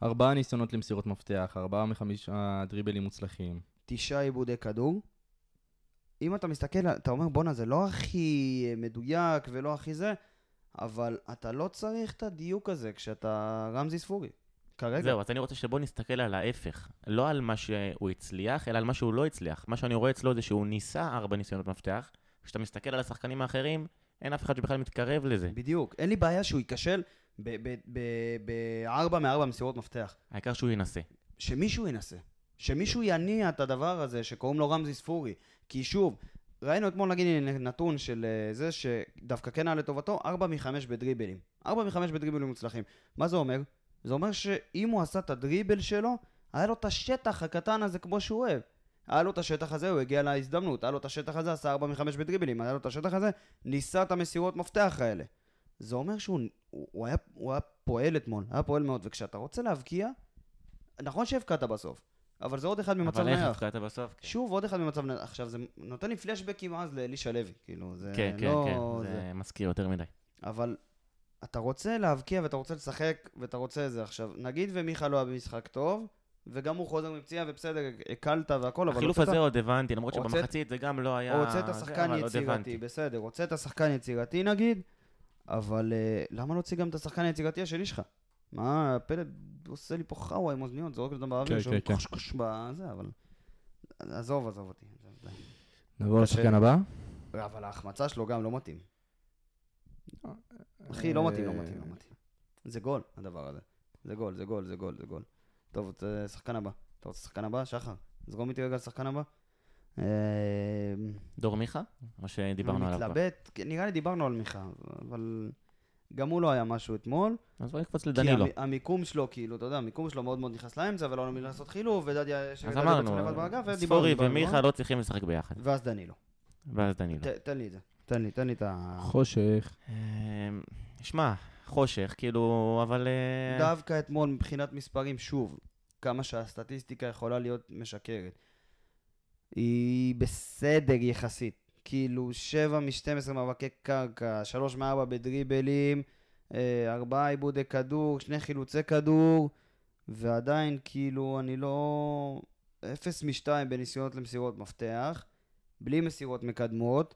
ארבעה ניסיונות למסירות מפתח, ארבעה מחמישה דריבלים מוצלחים. תשעה עיבודי כדור. אם אתה מסתכל, אתה אומר, בואנה, זה לא הכי אה, מדויק ולא הכי זה, אבל אתה לא צריך את הדיוק הזה כשאתה רמזי ספורי. כרגע. זהו, אז אני רוצה שבוא נסתכל על ההפך. לא על מה שהוא הצליח, אלא על מה שהוא לא הצליח. מה שאני רואה אצלו זה שהוא ניסה ארבע ניסיונות מפתח. כשאתה מסתכל על השחקנים האחרים, אין אף אחד שבכלל מתקרב לזה. בדיוק. אין לי בעיה שהוא ייכשל בארבע מארבע מסירות מפתח. העיקר שהוא ינסה. שמישהו ינסה. שמישהו יניע את הדבר הזה שקוראים לו רמזי ספורי. כי שוב, ראינו אתמול נגיד הנה, נתון של אה, זה שדווקא כן היה לטובתו 4 מ-5 בדריבלים. 4 מ-5 בדריבלים מוצלחים. מה זה אומר? זה אומר שאם הוא עשה את הדריבל שלו, היה לו את השטח הקטן הזה כמו שהוא אוהב. היה לו את השטח הזה, הוא הגיע להזדמנות. היה לו את השטח הזה, עשה 4 מ-5 בדריבלים. היה לו את השטח הזה, ניסה את המסירות מפתח האלה. זה אומר שהוא הוא, הוא היה, הוא היה פועל אתמול, היה פועל מאוד. וכשאתה רוצה להבקיע, נכון שהבקעת בסוף, אבל זה עוד אחד ממצב אבל איך נייח. הפקעת בסוף? שוב, עוד אחד ממצב נייח. עכשיו, זה נותן לי פלשבקים אז לאלישע לוי. כאילו, זה כן, כן, לא... כן, זה... זה מזכיר יותר מדי. אבל אתה רוצה להבקיע ואתה רוצה לשחק ואתה רוצה את זה. עכשיו, נגיד ומיכה לא היה במשחק טוב, וגם הוא חוזר מפציעה, ובסדר, הקלת והכל, לא, אבל... החילוף הוצאת- הזה עוד הבנתי, למרות הוצאת- שבמחצית זה גם לא היה... הוצאת זה, שחקן אבל עוד יצירתי, הבנתי. בסדר. הוצאת שחקן יצירתי נגיד, אבל אה, למה להוציא גם את השחקן היצירתי השני שלך? מה, הפלד עושה לי פה חאווה עם אוזניות, זורק אותם באוויר, כן, שומעים כן, כן. קוש קוש בזה, אבל... עזוב, עזוב אותי. עזוב, די. נעבור קשה. לשחקן הבא. אבל ההחמצה שלו גם לא מתאים. אחי, לא מתאים, לא אה. מתאים, לא מתאים. זה גול, הדבר הזה. זה גול, זה גול, זה גול, זה גול. טוב, זה שחקן הבא. אתה רוצה שחקן הבא? שחר, זרום איתי רגע לשחקן הבא. אה, דור מיכה? או שדיברנו עליו? אני כבר? מתלבט, כי נראה לי דיברנו על מיכה, אבל גם הוא לא היה משהו אתמול. אז בוא נקפוץ כי לדנילו. המ- המיקום שלו, כאילו, אתה יודע, המיקום שלו מאוד מאוד נכנס לאמצע, ולא היה לו מי לעשות חילוף, ודדיה... אז שדדיה אמרנו, אה, בעצם לבד באגף, ודיברנו, ספורי דיברנו, אה? כן. ומיכה לא צריכים לשחק ביחד. ואז דנילו. ואז דנילו. ת- תן לי את זה. תן לי, תן לי את ה... חושך. אמ, שמע, חושך, כאילו, אבל... אה, דווקא אתמול מבחינת מספרים, שוב, כמה שהסטטיסטיקה יכולה להיות משקרת. היא בסדר יחסית. כאילו, 7 מ-12 מאבקי קרקע, 3 מ-4 בדריבלים, 4 עיבודי כדור, 2 חילוצי כדור, ועדיין, כאילו, אני לא... 0 מ-2 בניסיונות למסירות מפתח, בלי מסירות מקדמות,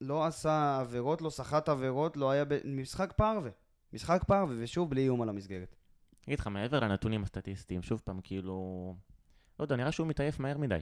לא עשה עבירות, לא סחט עבירות, לא היה... ב... משחק פרווה. משחק פרווה, ושוב, בלי איום על המסגרת. אני אגיד לך, מעבר לנתונים הסטטיסטיים, שוב פעם, כאילו... לא יודע, נראה שהוא מתעייף מהר מדי.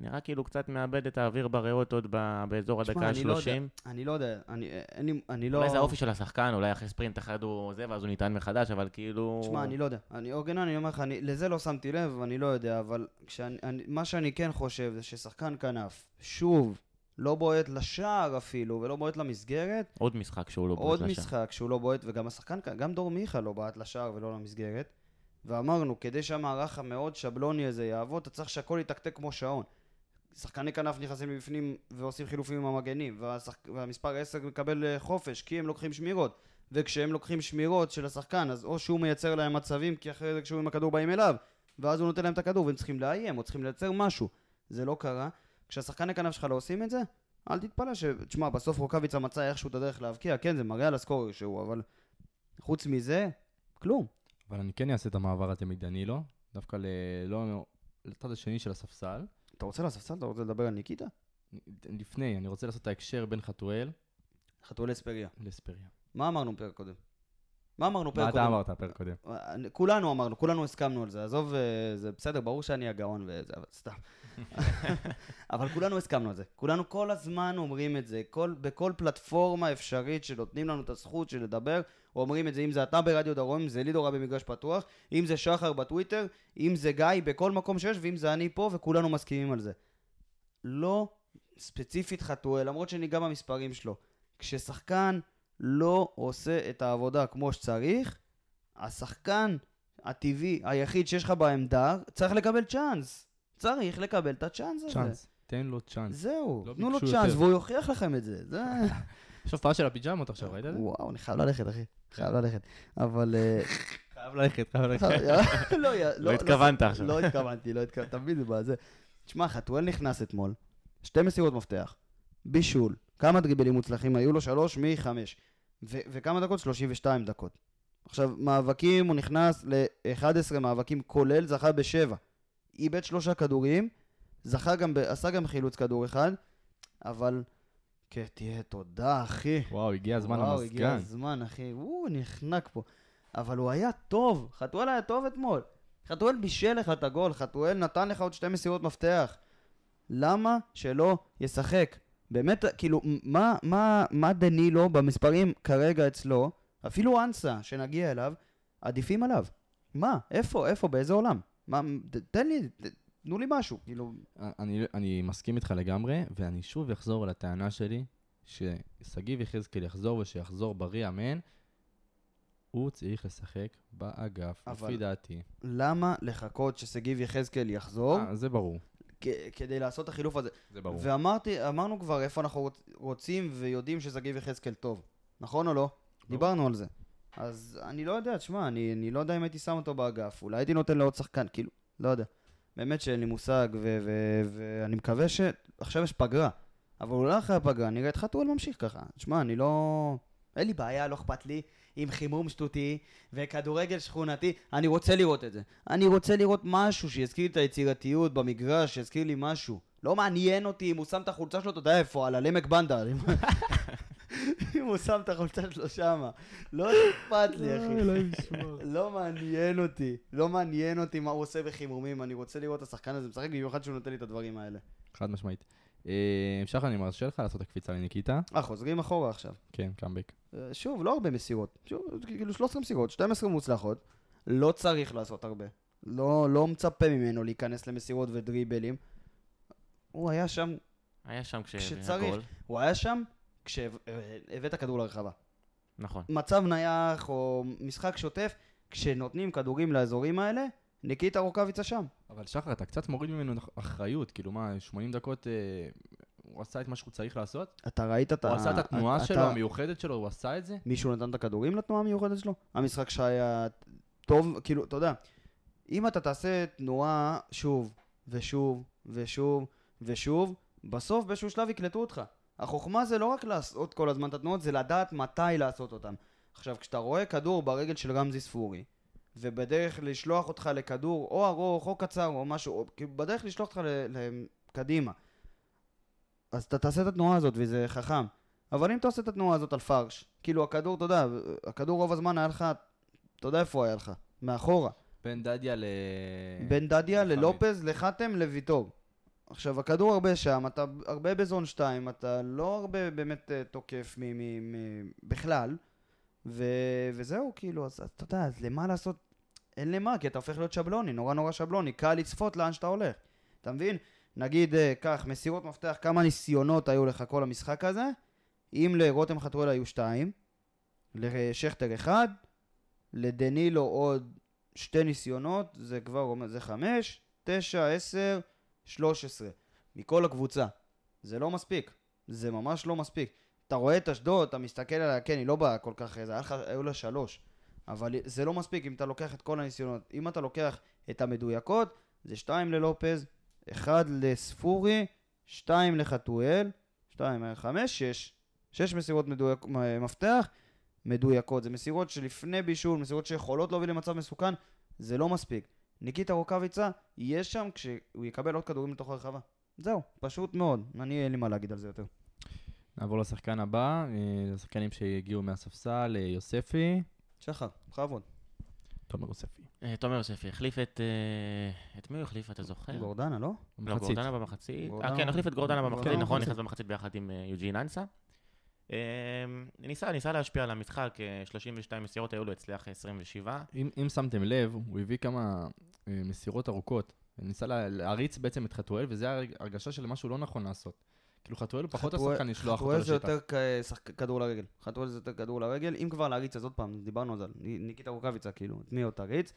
נראה כאילו קצת מאבד את האוויר בריאות עוד ב- באזור תשמע, הדקה אני לא ה-30. אני לא יודע, אני, אין לי- אני לא... אולי זה האופי של השחקן, אולי אחרי ספרינט אחד הוא זה, ואז הוא נטען מחדש, אבל כאילו... תשמע, אני לא יודע. אני אורגנן, אני אומר לך, אני, לזה לא שמתי לב, אני לא יודע, אבל כשאני, אני, מה שאני כן חושב זה ששחקן כנף, שוב, לא בועט לשער אפילו, ולא בועט למסגרת, עוד משחק שהוא לא עוד בועט לשם. משחק שהוא לא בועט, וגם השחקן, כ- גם דור מיכה לא בעט לשער ולא למסגרת. ואמרנו, כדי שהמערך המאוד שבלוני הזה יעבוד, אתה צריך שהכל יתקתק כמו שעון. שחקני כנף נכנסים מבפנים ועושים חילופים עם המגנים, והשחק... והמספר 10 מקבל אה, חופש, כי הם לוקחים שמירות. וכשהם לוקחים שמירות של השחקן, אז או שהוא מייצר להם מצבים, כי אחרי זה כשהוא עם הכדור באים אליו, ואז הוא נותן להם את הכדור, והם צריכים לאיים, או צריכים לייצר משהו. זה לא קרה. כשהשחקני כנף שלך לא עושים את זה, אל תתפלא ש... תשמע, בסוף רוקאביצה מצא איכשהו את הדרך להבקיע, כן, זה מראה על הסקורר שהוא, אבל חוץ מזה, כלום. אבל אני כן אעשה את המעבר הזה מדנילו, דווקא ל- לא- לצד השני של הספסל. אתה רוצה לספסל? אתה רוצה לדבר על ניקיטה? לפני, אני רוצה לעשות את ההקשר בין חתואל חתול אספריה. לספריה. מה אמרנו פרק קודם? מה אמרנו פרק מה קודם? אתה אמרת פרק קודם? אני- כולנו אמרנו, כולנו הסכמנו על זה, עזוב, אה, זה בסדר, ברור שאני הגאון וזה, אבל סתם. אבל כולנו הסכמנו על זה. כולנו כל הזמן אומרים את זה, כל, בכל פלטפורמה אפשרית שנותנים לנו את הזכות של לדבר, אומרים את זה, אם זה אתה ברדיו דרום, אם זה לידורה במגרש פתוח, אם זה שחר בטוויטר, אם זה גיא בכל מקום שיש, ואם זה אני פה, וכולנו מסכימים על זה. לא ספציפית חתואל, למרות שניגע במספרים שלו. כששחקן לא עושה את העבודה כמו שצריך, השחקן הטבעי היחיד שיש לך בעמדה צריך לקבל צ'אנס. צריך לקבל את הצ'אנס הזה. צ'אנס. תן לו צ'אנס. זהו, לא תנו לו ביקשו צ'אנס יותר. והוא יוכיח לכם את זה. זה... יש הופעה של הפיג'מות עכשיו, ראית את זה? וואו, אני חייב ללכת, אחי. חייב כן. ללכת. אבל... אה, חייב ללכת, חייב ללכת. לא, לא, לא התכוונת עכשיו. לא התכוונתי, לא התכוונתי, תמיד זה בזה. תשמע, חתואל נכנס אתמול, שתי מסירות מפתח, בישול, כמה דריבלים מוצלחים היו לו? שלוש מחמש. ו- וכמה דקות? 32 דקות. עכשיו, מאבקים, הוא נכנס ל-11 מאבקים כולל, זכה בשבע. איבד שלושה כדורים, זכה גם, ב- עשה גם חילוץ כדור אחד, אבל... כן, תהיה תודה, אחי. וואו, הגיע הזמן וואו, הגיע למזגן. הזמן, אחי. הוא נחנק פה. אבל הוא היה טוב. חתואל היה טוב אתמול. חתואל בישל לך את הגול, חתואל נתן לך עוד שתי מסירות מפתח. למה שלא ישחק? באמת, כאילו, מ- מה, מה, מה דנילו במספרים כרגע אצלו, אפילו אנסה, שנגיע אליו, עדיפים עליו? מה? איפה? איפה? באיזה עולם? מה? ת- תן לי, ת- תנו לי משהו. כאילו, אה, אני, אני מסכים איתך לגמרי, ואני שוב אחזור על הטענה שלי, ששגיב יחזקאל יחזור ושיחזור בריא, אמן. הוא צריך לשחק באגף, אבל- לפי דעתי. למה לחכות ששגיב יחזקאל יחזור אה, זה ברור, כ- כדי לעשות את החילוף הזה? זה ברור. ואמרתי, אמרנו כבר איפה אנחנו רוצ- רוצים ויודעים ששגיב יחזקאל טוב. נכון או לא? דיברנו על זה. אז אני לא יודע, תשמע, אני, אני לא יודע אם הייתי שם אותו באגף, אולי הייתי נותן לעוד שחקן, כאילו, לא יודע. באמת שאין לי מושג, ו- ו- ואני מקווה ש... עכשיו יש פגרה, אבל אולי אחרי הפגרה נראה את חתואל ממשיך ככה. תשמע, אני לא... אין לי בעיה, לא אכפת לי, עם חימום שטותי וכדורגל שכונתי, אני רוצה לראות את זה. אני רוצה לראות משהו שיזכיר לי את היצירתיות במגרש, שיזכיר לי משהו. לא מעניין אותי אם הוא שם את החולצה שלו, אתה יודע איפה, על הלמק בנדר. אם- אם הוא שם את החולצה שלו שמה. לא אכפת לי, אחי. לא. לא מעניין אותי. לא מעניין אותי מה הוא עושה בחימומים, אני רוצה לראות את השחקן הזה משחק, במיוחד שהוא נותן לי את הדברים האלה. חד משמעית. אה, שחר, אני מרשה לך לעשות את הקפיצה לניקיטה. אה, חוזרים אחורה עכשיו. כן, קאמבק. אה, שוב, לא הרבה מסירות. שוב, כאילו 13 מסירות, 12 מוצלחות. לא צריך לעשות הרבה. לא, לא מצפה ממנו להיכנס למסירות ודריבלים. הוא היה שם, היה שם כש... כשצריך. הגול. הוא היה שם כשהבאת כדור לרחבה. נכון. מצב נייח או משחק שוטף, כשנותנים כדורים לאזורים האלה, ניקיטה רוקאביצה שם. אבל שחר, אתה קצת מוריד ממנו אחריות, כאילו מה, 80 דקות אה, הוא עשה את מה שהוא צריך לעשות? אתה ראית את ה... הוא עשה את התנועה אתה- שלו, המיוחדת שלו, הוא עשה את זה? מישהו נתן את הכדורים לתנועה המיוחדת שלו? המשחק שהיה טוב, כאילו, אתה יודע, אם אתה תעשה תנועה שוב ושוב ושוב ושוב, בסוף באיזשהו שלב יקלטו אותך. החוכמה זה לא רק לעשות כל הזמן את התנועות, זה לדעת מתי לעשות אותן. עכשיו, כשאתה רואה כדור ברגל של רמזי ספורי, ובדרך לשלוח אותך לכדור או ארוך או קצר או משהו, או כאילו, בדרך לשלוח אותך ל- ל- קדימה, אז אתה תעשה את התנועה הזאת וזה חכם. אבל אם אתה עושה את התנועה הזאת על פרש, כאילו הכדור, אתה יודע, הכדור רוב הזמן היה לך, אתה יודע איפה היה לך, מאחורה. בן דדיה ל... אה, בין דדיה לחמיד. ללופז, לחתם, לויטור. עכשיו, הכדור הרבה שם, אתה הרבה בזון 2, אתה לא הרבה באמת אה, תוקף מ... מ, מ בכלל, ו, וזהו, כאילו, אז אז אתה יודע, אז למה לעשות? אין למה, כי אתה הופך להיות שבלוני, נורא נורא שבלוני, קל לצפות לאן שאתה הולך. אתה מבין? נגיד, אה, כך, מסירות מפתח, כמה ניסיונות היו לך כל המשחק הזה? אם לרותם חתואל היו 2, לשכטר 1, לדנילו עוד שתי ניסיונות, זה כבר אומר, זה חמש, תשע, עשר, שלוש עשרה. מכל הקבוצה. זה לא מספיק. זה ממש לא מספיק. אתה רואה את אשדוד, אתה מסתכל עליה, כן, היא לא באה כל כך, זה היה לך, היו לה שלוש. אבל זה לא מספיק אם אתה לוקח את כל הניסיונות. אם אתה לוקח את המדויקות, זה שתיים ללופז, אחד לספורי, שתיים לחתואל, שתיים, חמש, שש. שש מסירות מדויק, מפתח, מדויקות. זה מסירות שלפני בישול, מסירות שיכולות להוביל למצב מסוכן, זה לא מספיק. ניקיטה רוקאביצה יהיה שם כשהוא יקבל עוד כדורים לתוך הרחבה. זהו, פשוט מאוד. אני אין לי מה להגיד על זה יותר. נעבור לשחקן הבא, אה, לשחקנים שהגיעו מהספסל, אה, יוספי. שחר, בכבוד. תומר יוספי. אה, תומר יוספי החליף את... אה, את מי הוא החליף? אתה כן. זוכר? גורדנה, לא? לא, מחצית. גורדנה במחצית. גורדנה. אה, כן, החליף את גורדנה במחצית, גורדנה נכון, במחצית. נכנס במחצית ביחד עם אה, יוג'ין אנסה. אה, ניסה, ניסה להשפיע על המשחק, אה, 32 מסירות היו לו, הצליח 27. אם, אם שמתם לב, הוא הביא כמה אה, מסירות ארוכות. הוא ניסה לה, להריץ בעצם את חתואל, וזו הרגשה של משהו לא נכון לעשות. כאילו חתואל הוא פחות חתואל- השחקן לשלוח אותו חתואל זה לשטח. יותר כ- שחק- כדור לרגל. חתואל זה יותר כדור לרגל. אם כבר להריץ, אז עוד פעם, דיברנו על זה, נ- ניקיטה רוקאביצה, כאילו, את מי עוד תריץ?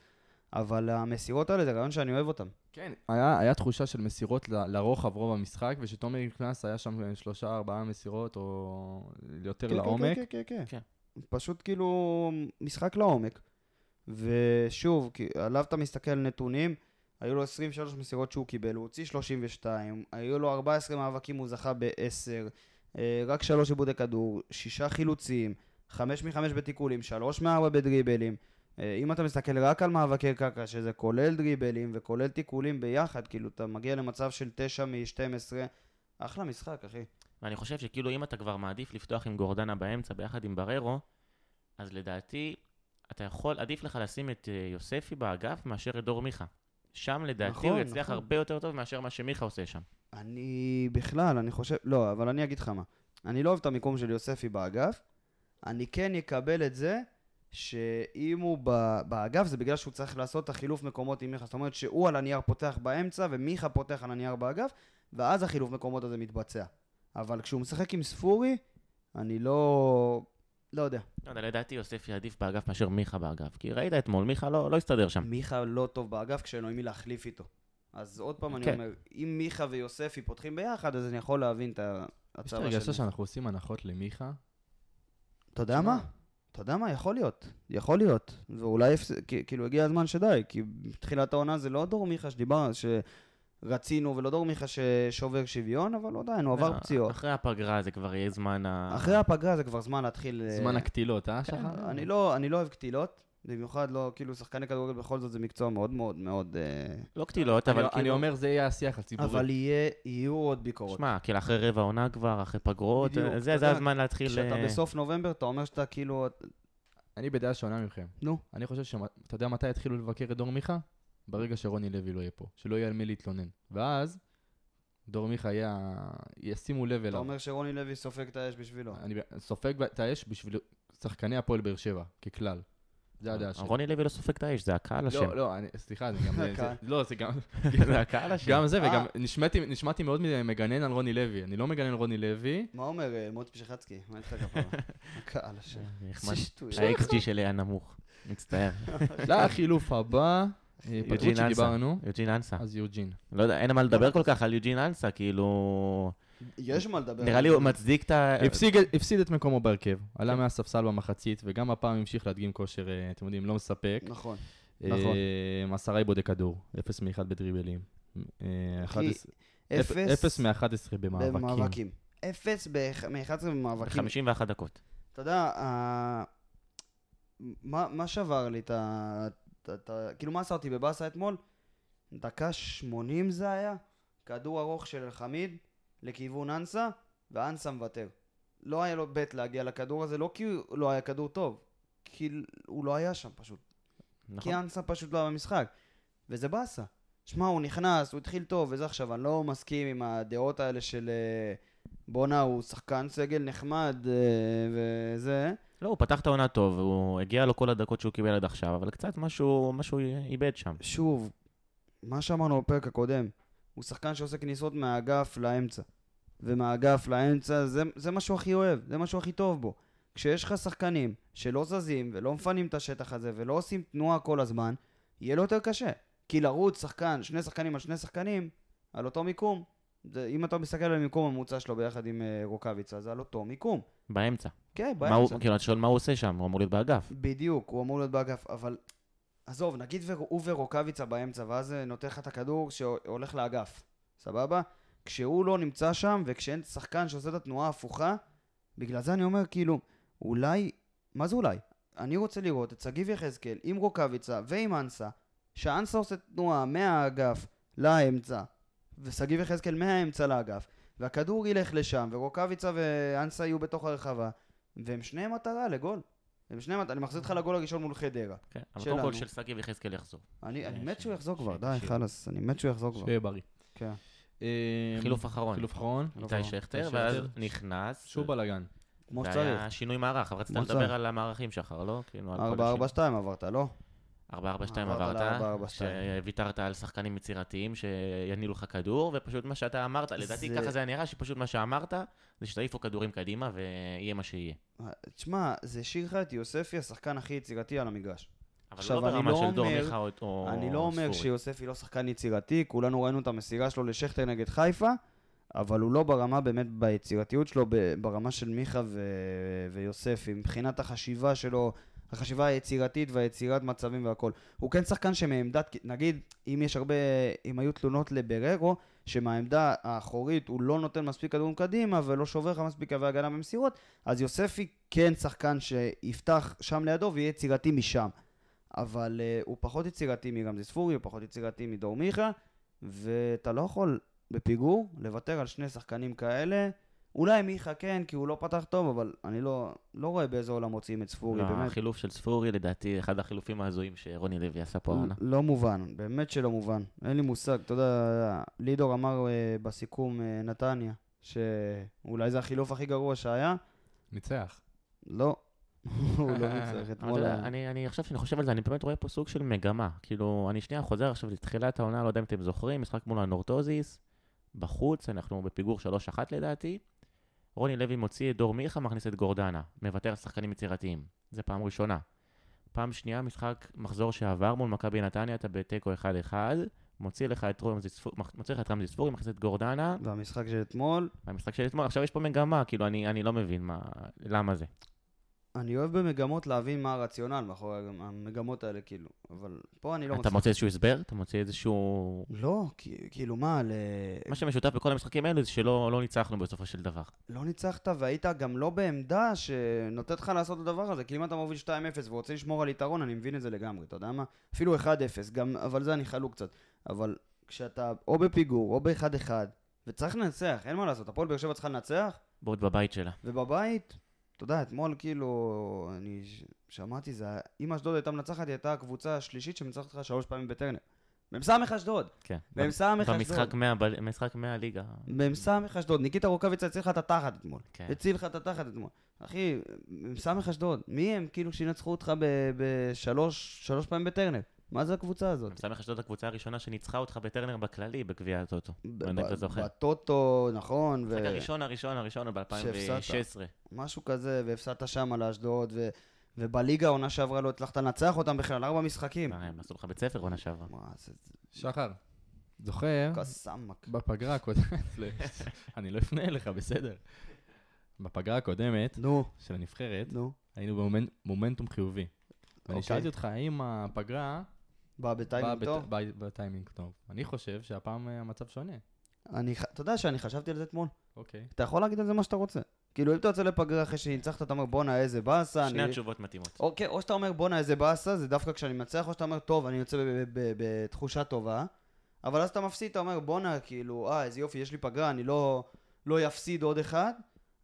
אבל המסירות האלה זה רעיון שאני אוהב אותם. כן, היה, היה תחושה של מסירות ל- לרוחב רוב המשחק, ושתומר נכנס, היה שם אה, שלושה, ארבעה מסירות, או יותר כן, כן, לעומק. כן, כן, כן, כן. כן. פשוט כאילו משחק לעומק. ושוב, כי עליו אתה מסתכל על נתונים, היו לו 23 מסירות שהוא קיבל, הוא הוציא 32, היו לו 14 מאבקים, הוא זכה ב-10, רק 3 עיבודי כדור, 6 חילוצים, 5 מ-5 בתיקולים, 3 מ-4 בדריבלים. אה, אם אתה מסתכל רק על מאבקי קרקע, שזה כולל דריבלים וכולל תיקולים ביחד, כאילו אתה מגיע למצב של 9 מ-12, אחלה משחק, אחי. ואני חושב שכאילו אם אתה כבר מעדיף לפתוח עם גורדנה באמצע ביחד עם בררו, אז לדעתי אתה יכול, עדיף לך לשים את אה, יוספי באגף מאשר את דור מיכה. שם לדעתי נכון, הוא יצליח נכון. הרבה יותר טוב מאשר מה שמיכה עושה שם. אני בכלל, אני חושב, לא, אבל אני אגיד לך מה. אני לא אוהב את המיקום של יוספי באגף. אני כן אקבל את זה שאם הוא ב- באגף זה בגלל שהוא צריך לעשות את החילוף מקומות עם מיכה. זאת אומרת שהוא על הנייר פותח באמצע ומיכה פותח על הנייר באגף, ואז החילוף מקומות הזה מתבצע. אבל כשהוא משחק עם ספורי, אני לא... לא יודע. לא יודע, לדעתי יוספי עדיף באגף מאשר מיכה באגף. כי ראית אתמול, מיכה לא, לא הסתדר שם. מיכה לא טוב באגף כשאין לו עם מי להחליף איתו. אז עוד פעם אני כן. אומר, אם מיכה ויוספי פותחים ביחד, אז אני יכול להבין את יש ההצעה לי הרגשה שאנחנו עושים הנחות למיכה. אתה יודע מה? אתה יודע מה? יכול להיות. יכול להיות. ואולי, הפס- כ- כאילו, הגיע הזמן שדי, כי בתחילת העונה זה לא דור מיכה שדיבר, שרצינו, ולא דור מיכה ששובר שוויון, אבל עדיין, הוא עבר אה, פציעות. אחרי הפגרה זה כבר יהיה זמן ה... אחרי הפגרה זה כבר זמן להתחיל... אה, זמן הקטילות, אה, כן, שחר? אני לא אני לא אוהב קטילות, במיוחד לא, כאילו, שחקני כדורגל בכל זאת זה מקצוע מאוד מאוד מאוד... אה, לא קטילות, אני- אבל אני כאילו- אומר, זה יהיה השיח הציבורי. אבל יהיה- יהיו עוד ביקורות. שמע, כאילו אחרי רבע עונה כבר, אחרי פגרות, בדיוק, אה, אתה זה יודע, זה הזמן להתחיל... כשאתה אה, בסוף נובמבר, אתה אומר שאתה כאילו... אני בדעה שונה מכם. נו. אני חושב ש... אתה יודע מתי יתחילו לבקר את דור מיכה? ברגע שרוני לוי לא יהיה פה. שלא יהיה על מי להתלונן. ואז, דור מיכה יהיה... ה- ישימו לב אתה אליו. אומר שרוני לוי סופג את האש בשבילו. אה. אני ב- סופג ב- את האש בשביל שחקני הפועל באר שבע, ככלל. זה הדעה שלי. רוני לוי לא סופג את האש, זה הקהל אשם. לא, לא, אני- סליחה, זה גם... זה- הקהל. לא, זה גם... זה הקהל אשם. גם זה, וגם אה. נשמעתי- נשמעתי מאוד מגנן על רוני לוי. אני לא מגנן על רוני לוי. מה אומר אה, מוץ פשחצקי? מה איתך כפרה? הקהל השם. נחמד. זה שטויות. ה-XG שלי היה נמוך, מצטער. לחילוף הבא, אה, פטרוצ'י אנסה. דיברנו, יוג'ין אנסה. אז יוג'ין. לא יודע, אין מה לדבר כל כך על יוג'ין אנסה, כאילו... יש מה לדבר. נראה לי הוא מצדיק את אה, ה... הפסיד, הפסיד את מקומו בהרכב, כן. עלה מהספסל במחצית, וגם הפעם המשיך להדגים כושר, אה, אתם יודעים, לא מספק. נכון. אה, נכון. עשרה עיבודי כדור, אפס מאחד בדריבלים. אה, כי 11 אפס, אפס מ-11 במאבקים. במאבקים. אפס מ-11 במאבקים. 51 דקות. אתה יודע, ה- מה, מה שבר לי את ה... את ה- את ה- כאילו, מה עשה אותי בבאסה אתמול? דקה 80 זה היה? כדור ארוך של אלחמיד לכיוון אנסה, ואנסה מוותר. לא היה לו בית להגיע לכדור הזה, לא כי הוא לא היה כדור טוב, כי הוא לא היה שם פשוט. נכון. כי אנסה פשוט לא היה במשחק. וזה באסה. שמע, הוא נכנס, הוא התחיל טוב, וזה עכשיו, אני לא מסכים עם הדעות האלה של אה, בואנה, הוא שחקן סגל נחמד אה, וזה. לא, הוא פתח את העונה טוב, הוא הגיע לו כל הדקות שהוא קיבל עד עכשיו, אבל קצת משהו, משהו איבד שם. שוב, מה שאמרנו בפרק הקודם, הוא שחקן שעושה כניסות מהאגף לאמצע. ומהאגף לאמצע, זה, זה מה שהוא הכי אוהב, זה מה שהוא הכי טוב בו. כשיש לך שחקנים שלא זזים ולא מפנים את השטח הזה ולא עושים תנועה כל הזמן, יהיה לו יותר קשה. כי לרוץ שחקן, שני שחקנים על שני שחקנים, על אותו מיקום, זה, אם אתה מסתכל על המיקום הממוצע שלו ביחד עם uh, רוקאביצה, זה על אותו מיקום. באמצע. כן, מה הוא, באמצע. כאילו, אתה שואל מה הוא עושה שם, הוא אמור להיות באגף. בדיוק, הוא אמור להיות באגף, אבל עזוב, נגיד ור- הוא ורוקאביצה באמצע, ואז אה, נותן לך את הכדור שהולך לאגף, סבבה? כשהוא לא נמצא שם, וכשאין שחקן שעושה את התנועה ההפוכה, בגלל זה אני אומר, כאילו, אולי, מה זה אולי? אני רוצה לראות את שגיב יחזקאל עם רוקאביצה ועם אנסה, שאנסה עושה תנועה מהאגף לאמצע, ושגיב יחזקאל מהאמצע לאגף, והכדור ילך לשם, ורוקאביצה ואנסה יהיו בתוך הרחבה, והם שניהם מטרה לגול. הם שניהם, מט- אני מחזיר אותך לגול הראשון מול חדרה. כן, אבל שלנו. קודם כל של שגיב יחזקאל יחזור. אני אני אה, מת ש- שהוא יחזור ש- כבר, די, ש- חלאס, אני מת שהוא יחזור כבר. שיהיה בריא. כן. אה, אמ, חילוף אחרון. חילוף אחרון. איתי שכטר, איתי ואז שכטר. נכנס. שוב בלאגן. לא כמו זה שצריך. היה שינוי מערך, אבל רצית כמו שצריך. לדבר על המערכים שחר, לא? כאילו, על כל 4-4-2 עברת, לא? השינוי. 4-4-2 עברת עברת, ל- 4-4-2. שוויתרת על שחקנים יצירתיים שינילו לך כדור, ופשוט מה שאתה אמרת, לדעתי זה- ככה זה היה נראה, שפשוט מה שאמרת, זה שתעיפו כדורים קדימה ויהיה מה שיהיה. תשמע, זה השאיר לך את יוספי, השחקן הכי יצירתי על המגרש. אבל עכשיו, לא אני ברמה לא של דור אומר- מיכה או- או אני לא אומר ספורי. שיוספי לא שחקן יצירתי, כולנו ראינו את המסירה שלו לשכטר נגד חיפה, אבל הוא לא ברמה באמת ביצירתיות שלו, ב- ברמה של מיכה ו- ויוספי, מבחינת החשיבה שלו, החשיבה היצירתית והיצירת מצבים והכל. הוא כן שחקן שמעמדת, נגיד, אם יש הרבה, אם היו תלונות לבררו, שמהעמדה האחורית הוא לא נותן מספיק כדורים קדימה ולא שובר לך מספיק קווי הגנה במסירות, אז יוספי כן שחקן שיפתח שם לידו ויהיה יצירתי משם. אבל uh, הוא פחות יצירתי מרמזי ספורי, הוא פחות יצירתי מדור מיכה, ואתה לא יכול בפיגור לוותר על שני שחקנים כאלה. אולי מיכה כן, כי הוא לא פתח טוב, אבל אני לא, לא רואה באיזה עולם מוציאים את ספורי, לא, באמת. החילוף של ספורי, לדעתי, אחד החילופים ההזויים שרוני לוי עשה פה העונה. לא מובן, באמת שלא מובן. אין לי מושג, אתה יודע, לידור אמר אה, בסיכום אה, נתניה, שאולי זה החילוף הכי גרוע שהיה. ניצח. לא, הוא לא מצליח אבל אתה אתמול. יודע, היה- אני, אני עכשיו שאני חושב על זה, אני באמת רואה פה סוג של מגמה. כאילו, אני שנייה חוזר עכשיו לתחילת העונה, לא יודע אם אתם זוכרים, משחק מול הנורטוזיס, בחוץ, אנחנו בפיגור 3-1 לדעתי. רוני לוי מוציא את דור מיכה, מכניס את גורדנה, מוותר על שחקנים יצירתיים. זה פעם ראשונה. פעם שנייה, משחק מחזור שעבר מול מכבי נתניה, אתה בתיקו 1-1, מוציא לך את רמזי ספורי, מוציא לך את רמזי ספורי, מכניס את גורדנה, והמשחק של אתמול, והמשחק של אתמול, עכשיו יש פה מגמה, כאילו, אני, אני לא מבין מה, למה זה. אני אוהב במגמות להבין מה הרציונל מאחורי המגמות האלה, כאילו, אבל פה אני לא אתה מצליח. מוצא איזשהו הסבר? אתה מוצא איזשהו... לא, כי- כאילו מה, ל... מה שמשותף בכל המשחקים האלו זה שלא לא ניצחנו בסופו של דבר. לא ניצחת והיית גם לא בעמדה שנותנת לך לעשות את הדבר הזה, כי אם אתה מוביל 2-0 ורוצה לשמור על יתרון, אני מבין את זה לגמרי, אתה יודע מה? אפילו 1-0, גם, אבל זה אני חלוק קצת. אבל כשאתה או בפיגור או ב-1-1, וצריך לנצח, אין מה לעשות, הפועל באר שבע צריכה לנצח, בעוד בבית שלה. ובבית, אתה יודע, אתמול כאילו, אני ש- שמעתי, זה, היה- אם אשדוד הייתה מנצחת, היא הייתה הקבוצה השלישית שמנצחת אותך שלוש פעמים בטרנר. מ"ס אשדוד, כן. מ"ס אשדוד. במשחק מה- במשחק מהליגה. מ"ס אשדוד, ניקיטה רוקאביצה הציל לך את התחת אתמול. כן. הציל לך את התחת אתמול. אחי, מ"ס אשדוד, מי הם כאילו שינצחו אותך ב- בשלוש שלוש פעמים בטרנר? מה זה הקבוצה הזאת? סמך אשדוד הקבוצה הראשונה שניצחה אותך בטרנר בכללי בגביע הטוטו. ב- אני ב- לא זוכר. בטוטו, נכון, המשחק הראשון הראשון הראשון ב-2016. משהו כזה, והפסדת שם על אשדוד, ו... ובליגה העונה שעברה לא הצלחת לנצח אותם בכלל, ארבע משחקים. אה, הם עשו לך בית ספר עונה שעברה. מה, זה שחר, זוכר? קסאמק. בפגרה הקודמת, לא, אני לא אפנה אליך, בסדר. בפגרה הקודמת נו, של הנבחרת, נו. היינו במומנ- מומנטום חיובי. ואני אוקיי. שאלתי אותך, האם הפגרה בא בא בטיימינג בת- טוב. בא בטיימינג טוב. אני חושב שהפעם אה, המצב שונה. אני ח- אתה יודע שאני חשבתי על זה אתמול. אוקיי. אתה יכול להגיד על זה מה שאתה רוצה. כאילו, אם אתה יוצא לפגרה אחרי שניצחת, אתה אומר, בואנה, איזה באסה. שני אני- התשובות מתאימות. אוקיי, או שאתה אומר בואנה איזה באסה, זה דווקא כשאני מנצח, או שאתה אומר טוב, אני יוצא ב- ב- ב- בתחושה טובה, אבל אז אתה מפסיד, אתה אומר בואנה, כאילו, אה, איזה יופי, יש לי פגרה, אני לא, לא יפסיד עוד אחד,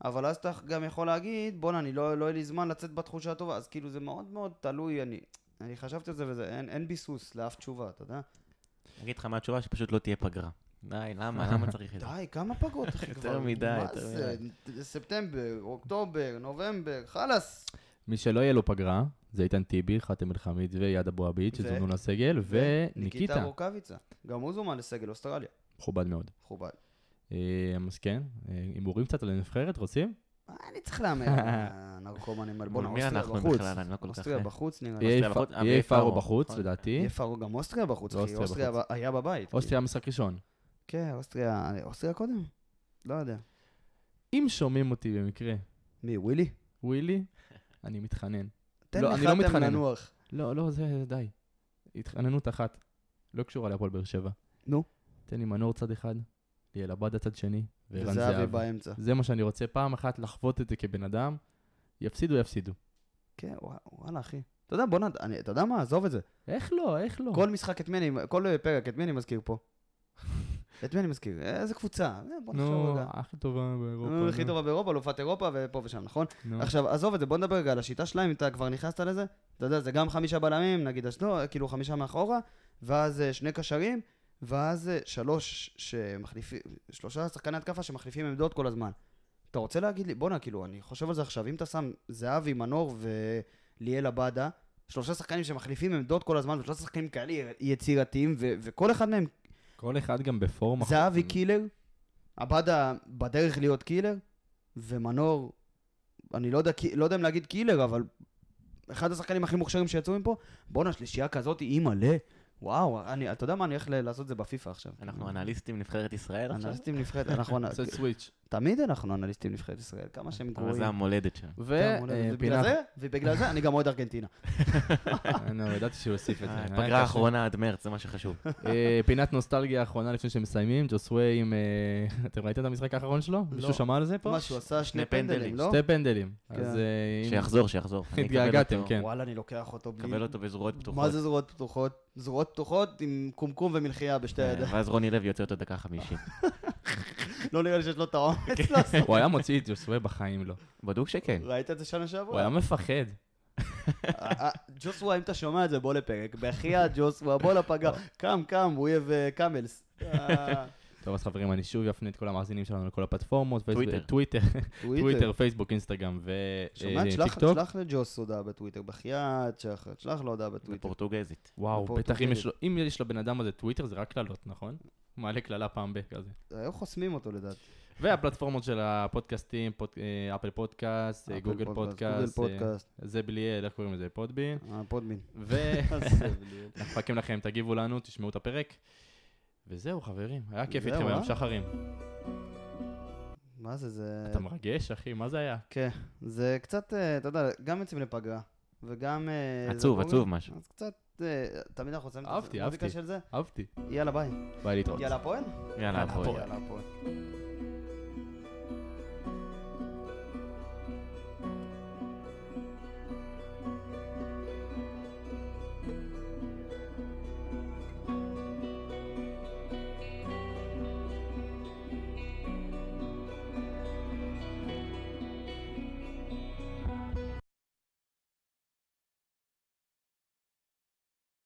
אבל אז אתה גם יכול להגיד, בואנה, אני לא, לא יהיה לי זמן לצאת בתחושה הטובה, אז כאילו זה מאוד מאוד תלוי, אני, אני חשבתי על זה וזה, אין, אין ביסוס לאף תשובה, אתה יודע? אני אגיד לך מה התשובה, שפשוט לא תהיה פגרה. די, למה? למה צריך את זה? די, כמה פגרות, אחי, כן. יותר כבר? מדי, מה יותר זה? ספטמבר, אוקטובר, נובמבר, חלאס. מי שלא יהיה לו פגרה, זה איתן טיבי, חתם אלחמיד ויד אבו עביד, ו- שזומנו לסגל, וניקיטה, רוקאביצה, גם הוא זומן לסגל אוסטרליה, מכובד מאוד. מכובד. אה, אז כן, אה, הימורים קצת על הנבחרת, רוצים? אני צריך להמר על הנרקומנים האלה. בוא'נה, מול מי אוסטריה אנחנו בחוץ. בכלל? אני לא כל כך- אוסטריה בחוץ נראה לי. יהיה אוסטריה בחוץ? פ- אה, יהיה ויהיה פארו פארו. בחוץ, נכון. לדעתי. יהיה פרו- גם אוסטריה בחוץ, לא אחי. אוסטריה אוסטריה ב- היה בבית. אוסטריה משחק ראשון. כאילו. כן, אוסטריה... אוסטריה קודם? לא יודע. אם שומעים אותי במקרה, מי, ווילי? ווילי, אני מתחנן. תן לא, לך אני לא אתם מתחנן. לנוח. לא, לא, זה, זה די. התחננות אחת, לא קשורה להפועל באר שבע. נו. תן לי מנור צד אחד, ליאל עבדה צד שני, וערן וזהבי זהב. באמצע. זה מה שאני רוצה, פעם אחת לחוות את זה כבן אדם, יפסידו, יפסידו. כן, ווא- וואלה, אחי. אתה יודע, בוא נ... אני- אתה יודע מה? עזוב את זה. איך לא, איך לא? כל משחק את מי אני... כל אה, פרק את מי אני מזכיר פה? את מי אני מזכיר? איזה קבוצה. אה, בוא נחשוב נו, רגע. הכי טובה נו, באירופה. הכי נו. טובה באירופה, אלופת אירופה ופה ושם, נכון? נו. עכשיו, עזוב את זה, בוא נדבר רגע על השיטה שלהם, אם אתה כבר נכנסת לזה. אתה יודע, זה גם חמישה בלמים, נגיד אשדוד, כאילו חמישה מאחורה, ואז אה, שני קשרים, ואז אה, שלוש שמחליפים, שלושה שחקני התקפה שמחליפים עמדות כל הזמן. אתה רוצה להגיד לי, בואנה, כאילו, אני חושב על זה עכשיו, אם אתה שם זהבי, מנור וליאל עבדה, שלושה שחקנים שמחליפים עמדות כל הזמן, ושלושה שחקנים כאלה יצירתיים, ו- וכל אחד מהם, כל אחד גם בפורום... אח- זהבי קילר, עבדה בדרך להיות קילר, ומנור, אני לא יודע, קי- לא יודע אם להגיד קילר, אבל אחד השחקנים הכי מוכשרים שיצאו מפה, בואנה, שלישייה כזאת, אימא'לה, וואו, אני, אתה יודע מה, אני הולך ל- לעשות את זה בפיפא עכשיו. כאילו, אנחנו אנליסטים נבחרת ישראל עכשיו? אנליסטים נבחרת, אנחנו, לעשות סוויץ'. תמיד אנחנו אנליסטים נבחרת ישראל, כמה שהם אבל גרועים. זה המולדת שלנו. אתה מולדת, ובגלל ופינה... זה, ובגלל זה אני גם אוהד ארגנטינה. אה, נו, ידעתי שהוא יוסיף אה, את זה. היה אה, פגרה קשה. אחרונה עד מרץ, זה מה שחשוב. אה, פינת נוסטלגיה האחרונה לפני שמסיימים, ג'וסווי עם... אה, אתם ראיתם את המשחק האחרון שלו? מישהו שמע על זה פה? מה שהוא לא. עשה, שני שני פנדלים, פנדלים, לא? שתי פנדלים. כן. אז אה, אם- שיחזור, שיחזור. אני אקבל התגעגעתם, אותו- כן. וואלה, אני לוקח אותו בלי... אקבל אותו בזרועות פתוחות. מה זה זרועות פתוחות? זרועות פתוחות עם קומקום ומלחייה בשתי אה, הידיים. ואז רוני לוי יוצא אותו דקה חמישית. אה. לא נראה לי שיש לו את האומץ לעשות. הוא היה מוציא את ג'וסווי בחיים לו. בדוק שכן. ראית את זה שנה הוא היה שעברה? מפחד. אה, אה, ג'וסווה, אם אתה שומע את זה, בוא לפרק. בחייאת, ג'וסווה, בוא לפגע. קם, קם, אויב אה, קאמלס. אה, טוב, אז חברים, אני שוב אפנה את כל המאזינים שלנו לכל הפלטפורמות. פייסבוק- טוויטר. טוויטר, טוויטר. טוויטר, פייסבוק, אינסטגרם אה, שומע? תשלח- וטיקטוק. תשלח לג'וס הודעה בטוויטר. בחייאת, שחר, תשלח לו הודעה בטוויטר. בפורטוגזית. וואו, בטח אם בפורטוגלית. יש לו, אם יש לבן אדם הזה טוויטר, זה רק קללות, נכון? הוא מעלה קללה פעם בכזה. היו חוסמים אותו לדעתי. והפלטפורמות של הפודקאסטים, פוד- אה, אפל פודקאסט, אה, אפל גוגל גוגל פודקאסט, אה, פודקאסט, זה בלי אל, איך קוראים לזה? פודבין. אה, פודמין. ואנחנו מחכים לכם, תגיבו לנו, תשמעו את הפרק. וזהו, חברים, היה כיף זהו, איתכם היום, אה? שחרים. מה זה, זה... אתה מרגש, אחי, מה זה היה? כן, זה קצת, אה, אתה יודע, גם יוצאים לפגרה, וגם... אה, זה עצוב, קורה. עצוב משהו. אז קצת, אה, תמיד אנחנו שמים אהבתי, את המוזיקה אהבתי. של זה. אהבתי. יאללה, ביי. ביי להתראות. יאללה, הפועל? יאללה, הפועל. יאללה, הפועל.